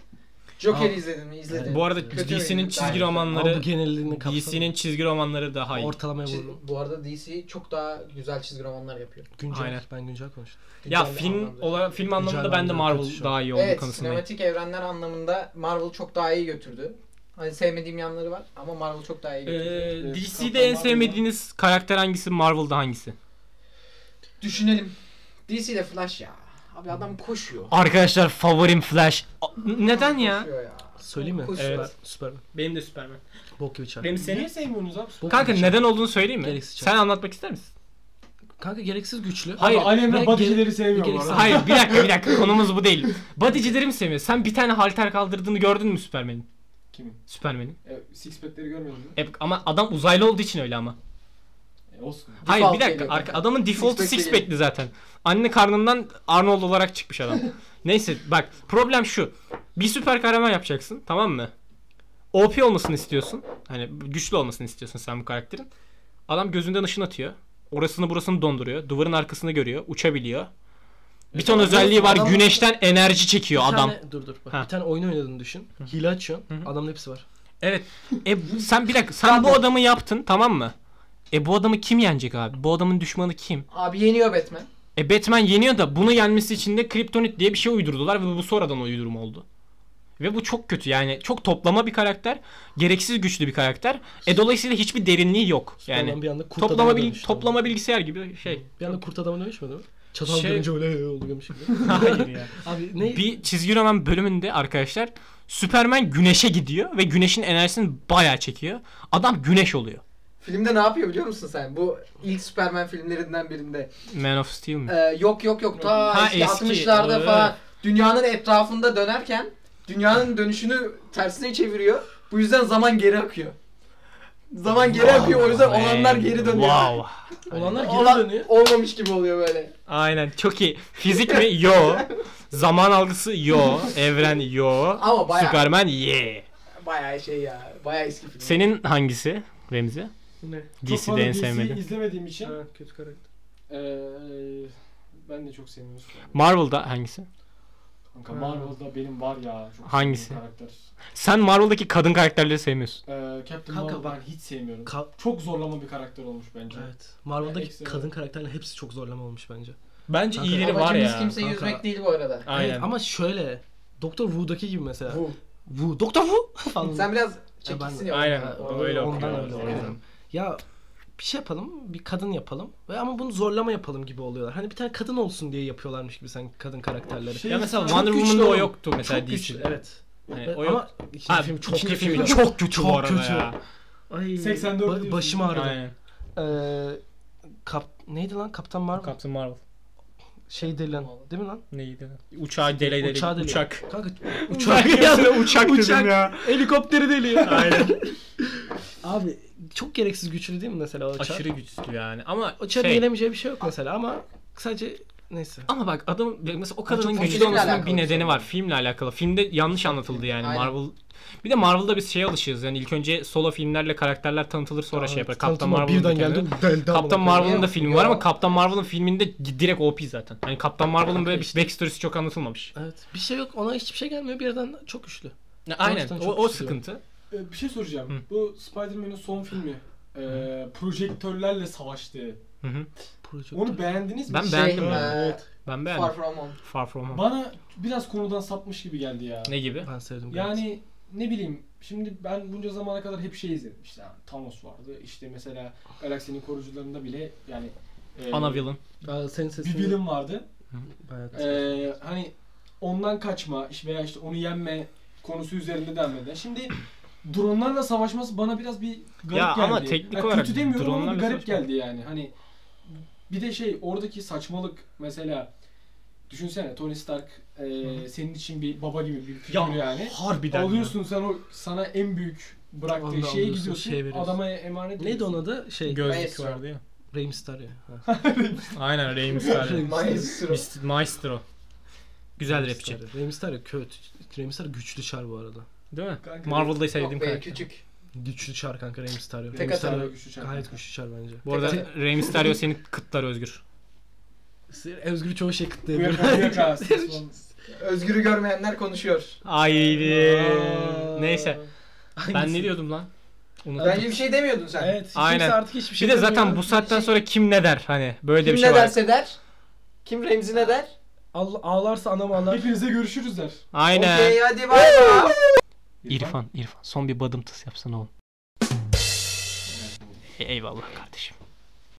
Joker'i
Ama-
izledin mi? İzledim.
Bu arada
Kötü
DC'nin
oyuncu.
çizgi
Aynen.
Ama bu
romanları
genelliğini kapsam.
DC'nin çizgi romanları daha iyi.
ortalamaya
Çiz-
vururum.
Bu arada DC çok daha güzel çizgi romanlar yapıyor.
Güncel.
Aynen.
Ben güncel konuştum.
Ya
Güncel
film
anlamda.
olarak film anlamında
Güncel
ben de
anlamda
Marvel
kötü şu an.
daha iyi olduğu
Evet,
konusundayım.
sinematik evrenler anlamında Marvel çok daha iyi götürdü. Hani sevmediğim yanları var ama Marvel çok daha iyi
Ee,
götürdü.
Evet,
DC'de en
Marvel'da-
sevmediğiniz karakter hangisi? Marvel'da hangisi?
Düşünelim. DC ile Flash ya. Abi adam koşuyor.
Arkadaşlar favorim Flash. A- Neden ya?
Koşuyor ya.
Söyleyeyim mi?
Koşuyor.
Evet.
Süper.
Benim de Superman.
Bok gibi çarptı.
Benim
Niye
seni.
sevmiyorsunuz abi?
Bok
Kanka
gibi çarptı.
neden olduğunu söyleyeyim mi?
Gereksiz
Sen anlatmak ister misin?
Kanka gereksiz güçlü.
Hayır,
Hayır, Ali
ve
Emre
geri-
Badicileri sevmiyor bu
gereksiz-
arada.
Hayır bir dakika bir dakika konumuz bu değil. Bodycileri mi sevmiyor? Sen bir tane halter kaldırdığını gördün mü Superman'in?
Kimin?
Superman'in.
E, Sixpack'leri görmedin mi?
E, ama adam uzaylı olduğu için öyle ama.
E, olsun.
Hayır bir
Default
dakika.
geliyor.
Arka, adamın default
Six pack
six pack'li zaten. Anne karnından Arnold olarak çıkmış
<laughs>
adam. Neyse bak problem şu. Bir süper kahraman yapacaksın tamam mı? OP olmasını istiyorsun. Hani güçlü olmasını istiyorsun sen bu karakterin. Adam gözünden ışın atıyor. Orasını burasını donduruyor. Duvarın arkasını görüyor. Uçabiliyor. Bir ton
adam-
özelliği var.
adam-
Güneşten enerji
Bir
çekiyor adam.
tane, dur dur bak.
Ha.
Bir tane oyun oynadığını düşün. Hile açıyorsun.
Hı hı.
Adamın hepsi var.
Evet. E bu- sen bir dakika. Sen bu adamı yaptın tamam mı? E bu adamı kim yenecek abi? Bu adamın düşmanı kim?
Abi yeniyor Batman.
E Batman yeniyor da bunu yenmesi için de kriptonit diye bir şey uydurdular ve bu sonradan uydurma oldu. Ve bu çok kötü yani çok toplama bir karakter, gereksiz güçlü bir karakter. E dolayısıyla hiçbir derinliği yok.
Adam
Yani
bir anda kurt
toplama
adama
bil-
dönüştü.
toplama bilgisayar gibi
<laughs>
şey.
Bir anda kurt adama dönüşmedi mi? Çatal
Şey-
görünce öyle <laughs>
<laughs>
oluyormuş gibi.
Hayır ya.
Abi ne?
Bir çizgi roman bölümünde arkadaşlar Superman güneşe gidiyor ve güneşin enerjisini bayağı çekiyor. Adam güneş oluyor.
Filmde ne yapıyor biliyor musun sen? Bu ilk Superman filmlerinden birinde.
Man of Steel mi?
Ee, yok yok yok ta
Ha,
eski
eski.
60'larda
Ee.
falan dünyanın etrafında dönerken dünyanın dönüşünü tersine çeviriyor. Bu yüzden zaman geri akıyor. Zaman geri akıyor o yüzden olanlar geri dönüyor.
Wow.
Olanlar geri
Olan
dönüyor.
olmamış gibi oluyor böyle.
Aynen çok iyi. Fizik mi? Yo. Zaman algısı? Yo. Evren? Yo.
Ama bayağı.
Superman? Ye.
Bayağı şey ya. Bayağı eski film.
Senin hangisi Remzi?
Ne?
Çok fazla
DC'de en
DC
sevmediğin.
izlemediğim için
Ha, kötü karakter.
eee, ben de çok sevmiyorum. Superman'i.
Marvel'da hangisi?
Kanka Marvel'da benim var ya. Çok
Hangisi?
sevdiğim Karakter.
Sen Marvel'daki kadın karakterleri sevmiyorsun.
Eee Captain
Kanka
Marvel ben hiç sevmiyorum.
Ka-
çok zorlama bir karakter olmuş bence.
evet. Marvel'daki
Ekstra.
kadın karakterlerin hepsi çok zorlama olmuş bence.
Bence
Kanka,
iyileri var
Amacımız
ya.
kimseyi
kanka.
yüzmek değil bu arada.
Aynen.
Evet, ama şöyle. Doktor Who'daki gibi mesela.
Bu.
Who. Doktor Who <laughs> falan.
Sen biraz çekilsin
ben-
ya.
Aynen.
Ha,
o- öyle
ondan
okuyor,
öyle
o
okuyor.
yüzden.
Ya bir şey yapalım, bir kadın yapalım ve ama bunu zorlama yapalım gibi oluyorlar. Hani bir tane kadın olsun diye yapıyorlarmış gibi sen kadın karakterleri.
Şey-
Ya mesela
Çok
Wonder
güçlü
Woman'da o
oğlum.
yoktu mesela
çok güçlü,
DC'de.
evet. E,
Hani o
ama
yok.
ikinci
Abi,
film çok
ikinci
kötü.
filmi çok kötü bu
Çok
arada
kötü.
ya.
Ay,
84
ba-
diyorsun.
başım ağrıdı.
Aynen.
Ee, kap neydi lan Kaptan Marvel?
Captain Marvel.
Şey değil lan. Değil mi lan?
Neydi? Uçağı dele dele.
Uçağı dele.
Şey Uçak.
Kanka
Uçak. uçak dedim ya.
helikopteri deliyor.
Aynen.
Abi çok gereksiz güçlü değil mi mesela o uçak?
Aşırı güçlü yani. Ama
Uçağın
şey,
yenemeyeceği bir şey yok mesela ama sadece neyse.
Ama bak adam mesela o kadının
çok
güçlü
filmle
olmasının
alakalı
bir
bir
nedeni
şey.
var. Filmle alakalı. Filmde yanlış anlatıldı yani.
Aynen.
Marvel bir de Marvel'da biz şeye alışığız. Yani ilk önce solo filmlerle karakterler tanıtılır sonra şey yapar. Kaptan
Tanıtıma
Marvel'ın
birden
bir tane-
geldi. deldi
Kaptan
amına
Marvel'ın da
Yok,
filmi
yok.
var ama Kaptan Marvel'ın filminde direkt OP zaten. Hani Kaptan Marvel'ın böyle bir backstory'si çok anlatılmamış.
koyayım. Evet. Bir şey yok. Ona hiçbir şey gelmiyor. Bir yerden çok güçlü.
Aynen.
Gerçekten
O,
çok
o
güçlü.
sıkıntı.
Ee, bir şey soracağım.
Hı.
Bu Spider-Man'in son filmi e, projektörlerle savaştı.
Hı hı.
Proje.
Onu beğendiniz mi?
Ben
Şey,
beğendim.
e,
yani. Ben beğendim.
Far
Far,
From Home.
From Home.
Bana biraz konudan sapmış gibi geldi ya.
Ne gibi?
Ben sevdim. gayet.
Yani ne bileyim şimdi ben bunca zamana kadar hep şey izledim. İşte yani Thanos vardı. İşte mesela Galaksinin korucularında bile yani e,
Ana villain.
ben senin
bir
sesini
villain vardı.
bayağı
Ee, hani ondan kaçma işte veya işte onu yenme konusu üzerinde denmeden. Şimdi dronlarla savaşması bana biraz bir garip
Ya
geldi.
ama teknik
Yani
olarak
kötü demiyorum ama bir
dronlarla
garip
savaşmak-
geldi yani. Hani bir de şey oradaki saçmalık mesela düşünsene Tony Stark e, senin için bir baba gibi bir figür yani.
Harbiden.
Alıyorsun sen o sana en büyük bıraktığı
Ondan
şeye
alıyorsun,
gidiyorsun.
şeye veriyorsun.
adama emanet
Neydi
ediyorsun.
onun adı? Şey.
Gözlük
Maestro.
vardı ya.
Rey Mysterio. Ha.
Aynen Rey Mysterio.
<laughs> Maestro.
Mist- Maestro. Güzel
Rey
rapçi.
Mysterio. Rey Mysterio kötü. Rey Mysterio güçlü çar bu arada.
Değil mi?
Kanka,
Marvel'da
Yok
sevdiğim
be
karakter.
küçük.
Güçlü çar kanka Rey Mysterio. Rey
Tek atar.
Mysterio
Sarı güçlü çarpı.
gayet güçlü çar bence.
Bu arada Rey Mysterio seni kıtlar özgür.
Özgür çoğu şey
Bu
kıtlayabilir.
yaka bu
<laughs>
yaka. saçmalama. <laughs>
Özgür'ü görmeyenler konuşuyor.
Haydi.
Aa.
Ee,
Neyse. Ben ne diyordum lan? Unuttum.
Bence bir şey demiyordun sen.
Evet. hiç
Aynen.
kimse artık
hiçbir şey
Bir de zaten bu saatten sonra kim ne der hani böyle de
şey Kim
bir şey
ne
var.
derse der. Kim Remzi ne der?
Allah, ağlarsa anam ağlar.
Hepinize görüşürüz der.
Aynen.
Okey hadi bay bay.
İrfan, İrfan son bir badım tıs yapsana oğlum. Eyvallah kardeşim.